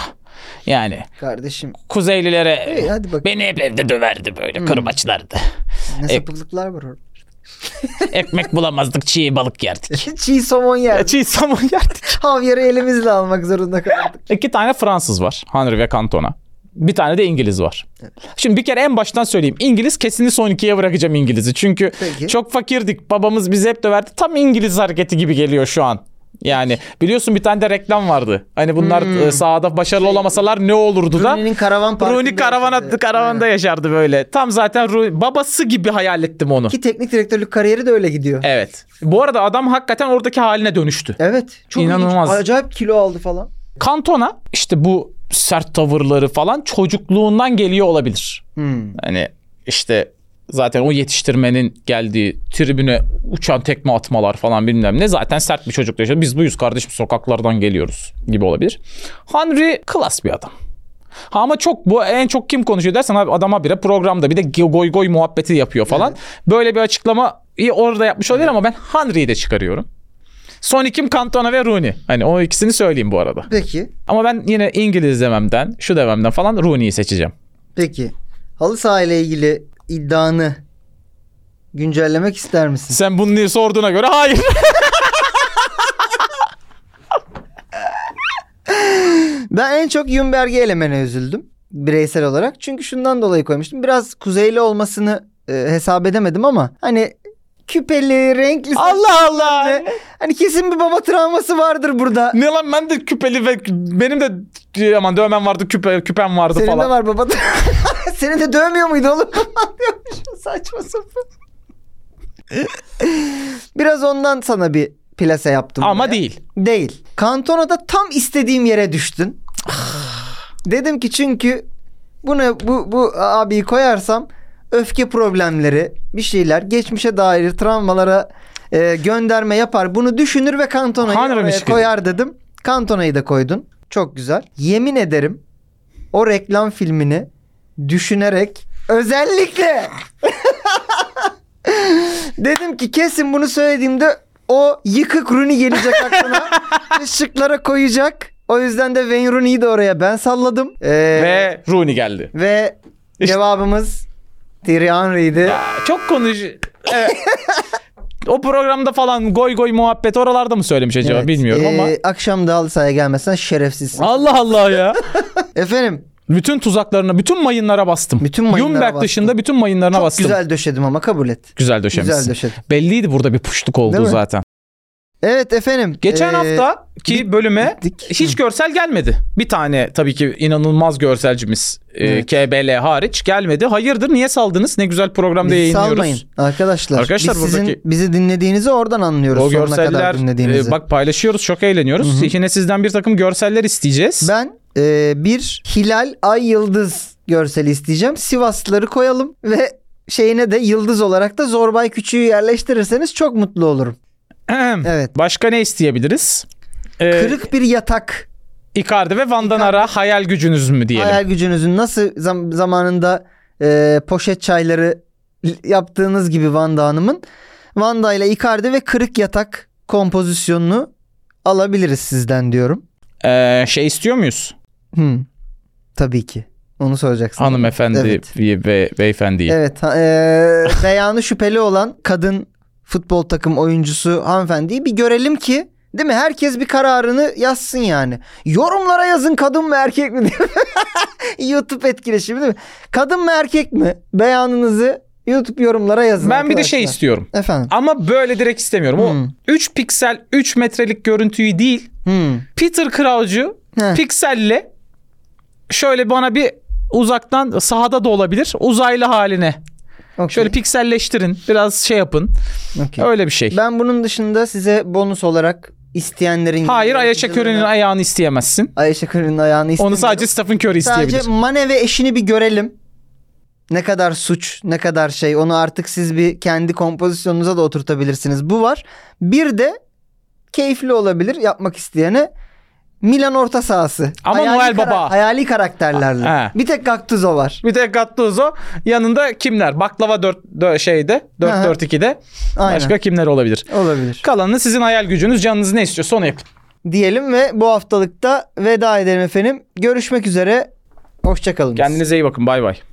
Speaker 2: Yani
Speaker 3: kardeşim
Speaker 2: kuzeylilere
Speaker 3: İyi, hadi Hmm. bakalım.
Speaker 2: beni hep evde döverdi böyle kırbaçlardı.
Speaker 3: ne
Speaker 2: E-
Speaker 3: sapıklıklar var orada.
Speaker 2: Ekmek bulamazdık çiğ balık yerdik.
Speaker 3: Çiğ somon yerdik.
Speaker 2: E, çiğ somon yerdik.
Speaker 3: Havyarı elimizle almak zorunda kaldık.
Speaker 2: İki tane Fransız var. Henry ve Cantona. Bir tane de İngiliz var. Şimdi bir kere en baştan söyleyeyim. İngiliz kesinlikle son ikiye bırakacağım İngiliz'i. Çünkü
Speaker 3: Peki.
Speaker 2: çok fakirdik. Babamız bizi hep döverdi. Tam İngiliz hareketi gibi geliyor şu an. Yani biliyorsun bir tane de reklam vardı. Hani bunlar e, sahada başarılı olamasalar ne olurdu da.
Speaker 3: Rooney'nin karavan parkında.
Speaker 2: Rooney karavana,
Speaker 3: yaşadı.
Speaker 2: karavanda yaşardı böyle. Tam zaten Rooney- babası gibi hayal ettim onu.
Speaker 3: Ki teknik direktörlük kariyeri de öyle gidiyor. Evet.
Speaker 2: Evet. Bu arada adam hakikaten oradaki haline dönüştü.
Speaker 3: çok
Speaker 2: İnanılmaz.
Speaker 3: ilginç. Acayip kilo aldı falan.
Speaker 2: Kantona işte bu sert tavırları falan çocukluğundan geliyor olabilir. Hani işte zaten o yetiştirmenin geldiği tribüne uçan tekme atmalar falan bilmem ne zaten sert bir çocukla yaşadı. Biz buyuz kardeşim sokaklardan geliyoruz gibi olabilir. Henry klas bir adam. Ha ama çok bu en çok kim konuşuyor dersen abi adama bire programda bir de goy goy muhabbeti yapıyor falan. Böyle bir açıklama orada yapmış olabilir ama ben Henry'i de çıkarıyorum. Son ikim Cantona ve Rooney. Hani o ikisini söyleyeyim bu arada.
Speaker 3: Peki.
Speaker 2: Ama ben yine İngiliz dememden, şu dememden falan Rooney'i seçeceğim.
Speaker 3: Peki. Halı saha ile ilgili iddianı güncellemek ister misin?
Speaker 2: Sen bunu niye sorduğuna göre hayır.
Speaker 3: Ben en çok Yumberg'i elemene üzüldüm bireysel olarak. Çünkü şundan dolayı koymuştum. Biraz kuzeyli olmasını e, hesap edemedim ama hani küpeli, renkli saçlı
Speaker 2: Allah Allah.
Speaker 3: ve hani kesin bir baba travması vardır burada.
Speaker 2: ne lan ben de küpeli ve benim de aman dövmem vardı, küpe, küpem vardı
Speaker 3: Senin de
Speaker 2: falan.
Speaker 3: var baba. tra- Seni de dövmüyor muydu oğlum? Saçma sapan. Biraz ondan sana bir plase yaptım.
Speaker 2: Ama
Speaker 3: buraya.
Speaker 2: değil.
Speaker 3: Değil. Kantona'da tam istediğim yere düştün. Dedim ki çünkü bunu bu bu abiyi koyarsam öfke problemleri, bir şeyler, geçmişe dair travmalara e, gönderme yapar. Bunu düşünür ve Kantona'yı
Speaker 2: Hanrı
Speaker 3: oraya
Speaker 2: mişkili.
Speaker 3: koyar dedim. Kantona'yı da koydun. Çok güzel. Yemin ederim o reklam filmini düşünerek özellikle dedim ki kesin bunu söylediğimde o yıkık Rooney gelecek aklına ve şıklara koyacak. O yüzden de Wayne Rooney'i de oraya ben salladım. Ee,
Speaker 2: Ve Rooney geldi.
Speaker 3: ve
Speaker 2: İşte-
Speaker 3: cevabımız Thierry Henry'ydi.
Speaker 2: Çok konuş. Evet. o programda falan goy goy muhabbet oralarda mı söylemiş acaba
Speaker 3: Evet.
Speaker 2: bilmiyorum
Speaker 3: Ee,
Speaker 2: ama.
Speaker 3: Akşam da halı sahaya gelmezsen şerefsizsin.
Speaker 2: Allah Allah ya.
Speaker 3: Efendim
Speaker 2: Bütün tuzaklarına, bütün mayınlara bastım.
Speaker 3: Bütün mayınlara
Speaker 2: Yumberk
Speaker 3: bastım.
Speaker 2: dışında bütün mayınlarına
Speaker 3: çok
Speaker 2: bastım.
Speaker 3: güzel döşedim ama kabul et.
Speaker 2: Güzel döşemişsin.
Speaker 3: Güzel döşedim.
Speaker 2: Belliydi burada bir puşluk olduğu
Speaker 3: Değil mi?
Speaker 2: zaten.
Speaker 3: Evet efendim.
Speaker 2: Geçen
Speaker 3: ee,
Speaker 2: hafta ki bölüme
Speaker 3: gittik.
Speaker 2: hiç görsel gelmedi. Bir tane tabii ki inanılmaz görselcimiz e,
Speaker 3: Evet.
Speaker 2: KBL hariç gelmedi. Hayırdır niye saldınız? Ne güzel programda
Speaker 3: bizi
Speaker 2: yayınlıyoruz.
Speaker 3: salmayın arkadaşlar.
Speaker 2: Arkadaşlar
Speaker 3: biz sizin
Speaker 2: buradaki-
Speaker 3: bizi dinlediğinizi oradan anlıyoruz.
Speaker 2: O
Speaker 3: sonuna
Speaker 2: görseller
Speaker 3: kadar dinlediğinizi.
Speaker 2: e, bak paylaşıyoruz çok eğleniyoruz. Yine sizden bir takım görseller isteyeceğiz.
Speaker 3: Ben ee, bir hilal ay yıldız görseli isteyeceğim. Sivaslıları koyalım ve şeyine de yıldız olarak da zorbay küçüğü yerleştirirseniz çok mutlu olurum.
Speaker 2: Ahem.
Speaker 3: Evet.
Speaker 2: Başka ne isteyebiliriz? E,
Speaker 3: Kırık bir yatak
Speaker 2: Icardi ve Van Danara hayal gücünüz mü diyelim.
Speaker 3: Hayal gücünüzün nasıl zam- zamanında e, poşet çayları l- yaptığınız gibi Vanda Hanım'ın Vanda ile Icardi ve kırık yatak kompozisyonunu alabiliriz sizden diyorum.
Speaker 2: E, şey istiyor muyuz?
Speaker 3: Hmm. Tabii ki. Onu soracaksın.
Speaker 2: Hanımefendi
Speaker 3: Evet.
Speaker 2: ve beyefendiyi.
Speaker 3: Evet. ha- e, beyanı şüpheli olan kadın futbol takım oyuncusu hanımefendiyi bir görelim ki değil mi? Herkes bir kararını yazsın yani. Yorumlara yazın kadın mı erkek mi diye. YouTube etkileşimi değil mi? Kadın mı erkek mi? Beyanınızı YouTube yorumlara yazın.
Speaker 2: Ben bir de şey
Speaker 3: arkadaşlar.
Speaker 2: istiyorum.
Speaker 3: Efendim.
Speaker 2: Ama böyle direkt istemiyorum. O
Speaker 3: Hmm.
Speaker 2: 3 piksel 3 metrelik görüntüyü değil.
Speaker 3: Hmm.
Speaker 2: Peter Crouch'u
Speaker 3: Heh.
Speaker 2: pikselle şöyle bana bir uzaktan sahada da olabilir. Uzaylı haline.
Speaker 3: okey,
Speaker 2: Şöyle pikselleştirin. Biraz şey yapın.
Speaker 3: okey.
Speaker 2: Öyle bir şey.
Speaker 3: Ben bunun dışında size bonus olarak isteyenlerin
Speaker 2: Hayır Ayşe Curry'nin ayağını isteyemezsin.
Speaker 3: Ayşe Curry'nin ayağını
Speaker 2: Onu
Speaker 3: istemiyorum.
Speaker 2: sadece Stephen Curry isteyebilir.
Speaker 3: Sadece Mane ve eşini bir görelim. Ne kadar suç, ne kadar şey. Onu artık siz bir kendi kompozisyonunuza da oturtabilirsiniz. Bu var. Bir de keyifli olabilir yapmak isteyene Milan orta sahası.
Speaker 2: Ama Noel Baba.
Speaker 3: Hayali karakterlerle.
Speaker 2: Ha.
Speaker 3: Bir tek Gattuso var.
Speaker 2: Bir de Gattuso yanında kimler? Baklava 4, şeyde
Speaker 3: Aha.
Speaker 2: 4-4-2'de
Speaker 3: Aynen.
Speaker 2: başka kimler olabilir?
Speaker 3: Olabilir.
Speaker 2: Kalanını sizin hayal gücünüz canınız ne istiyorsa onu yapın.
Speaker 3: Diyelim ve bu haftalıkta veda edelim efendim. Görüşmek üzere. Hoşçakalın.
Speaker 2: Kendinize iyi bakın bay bay.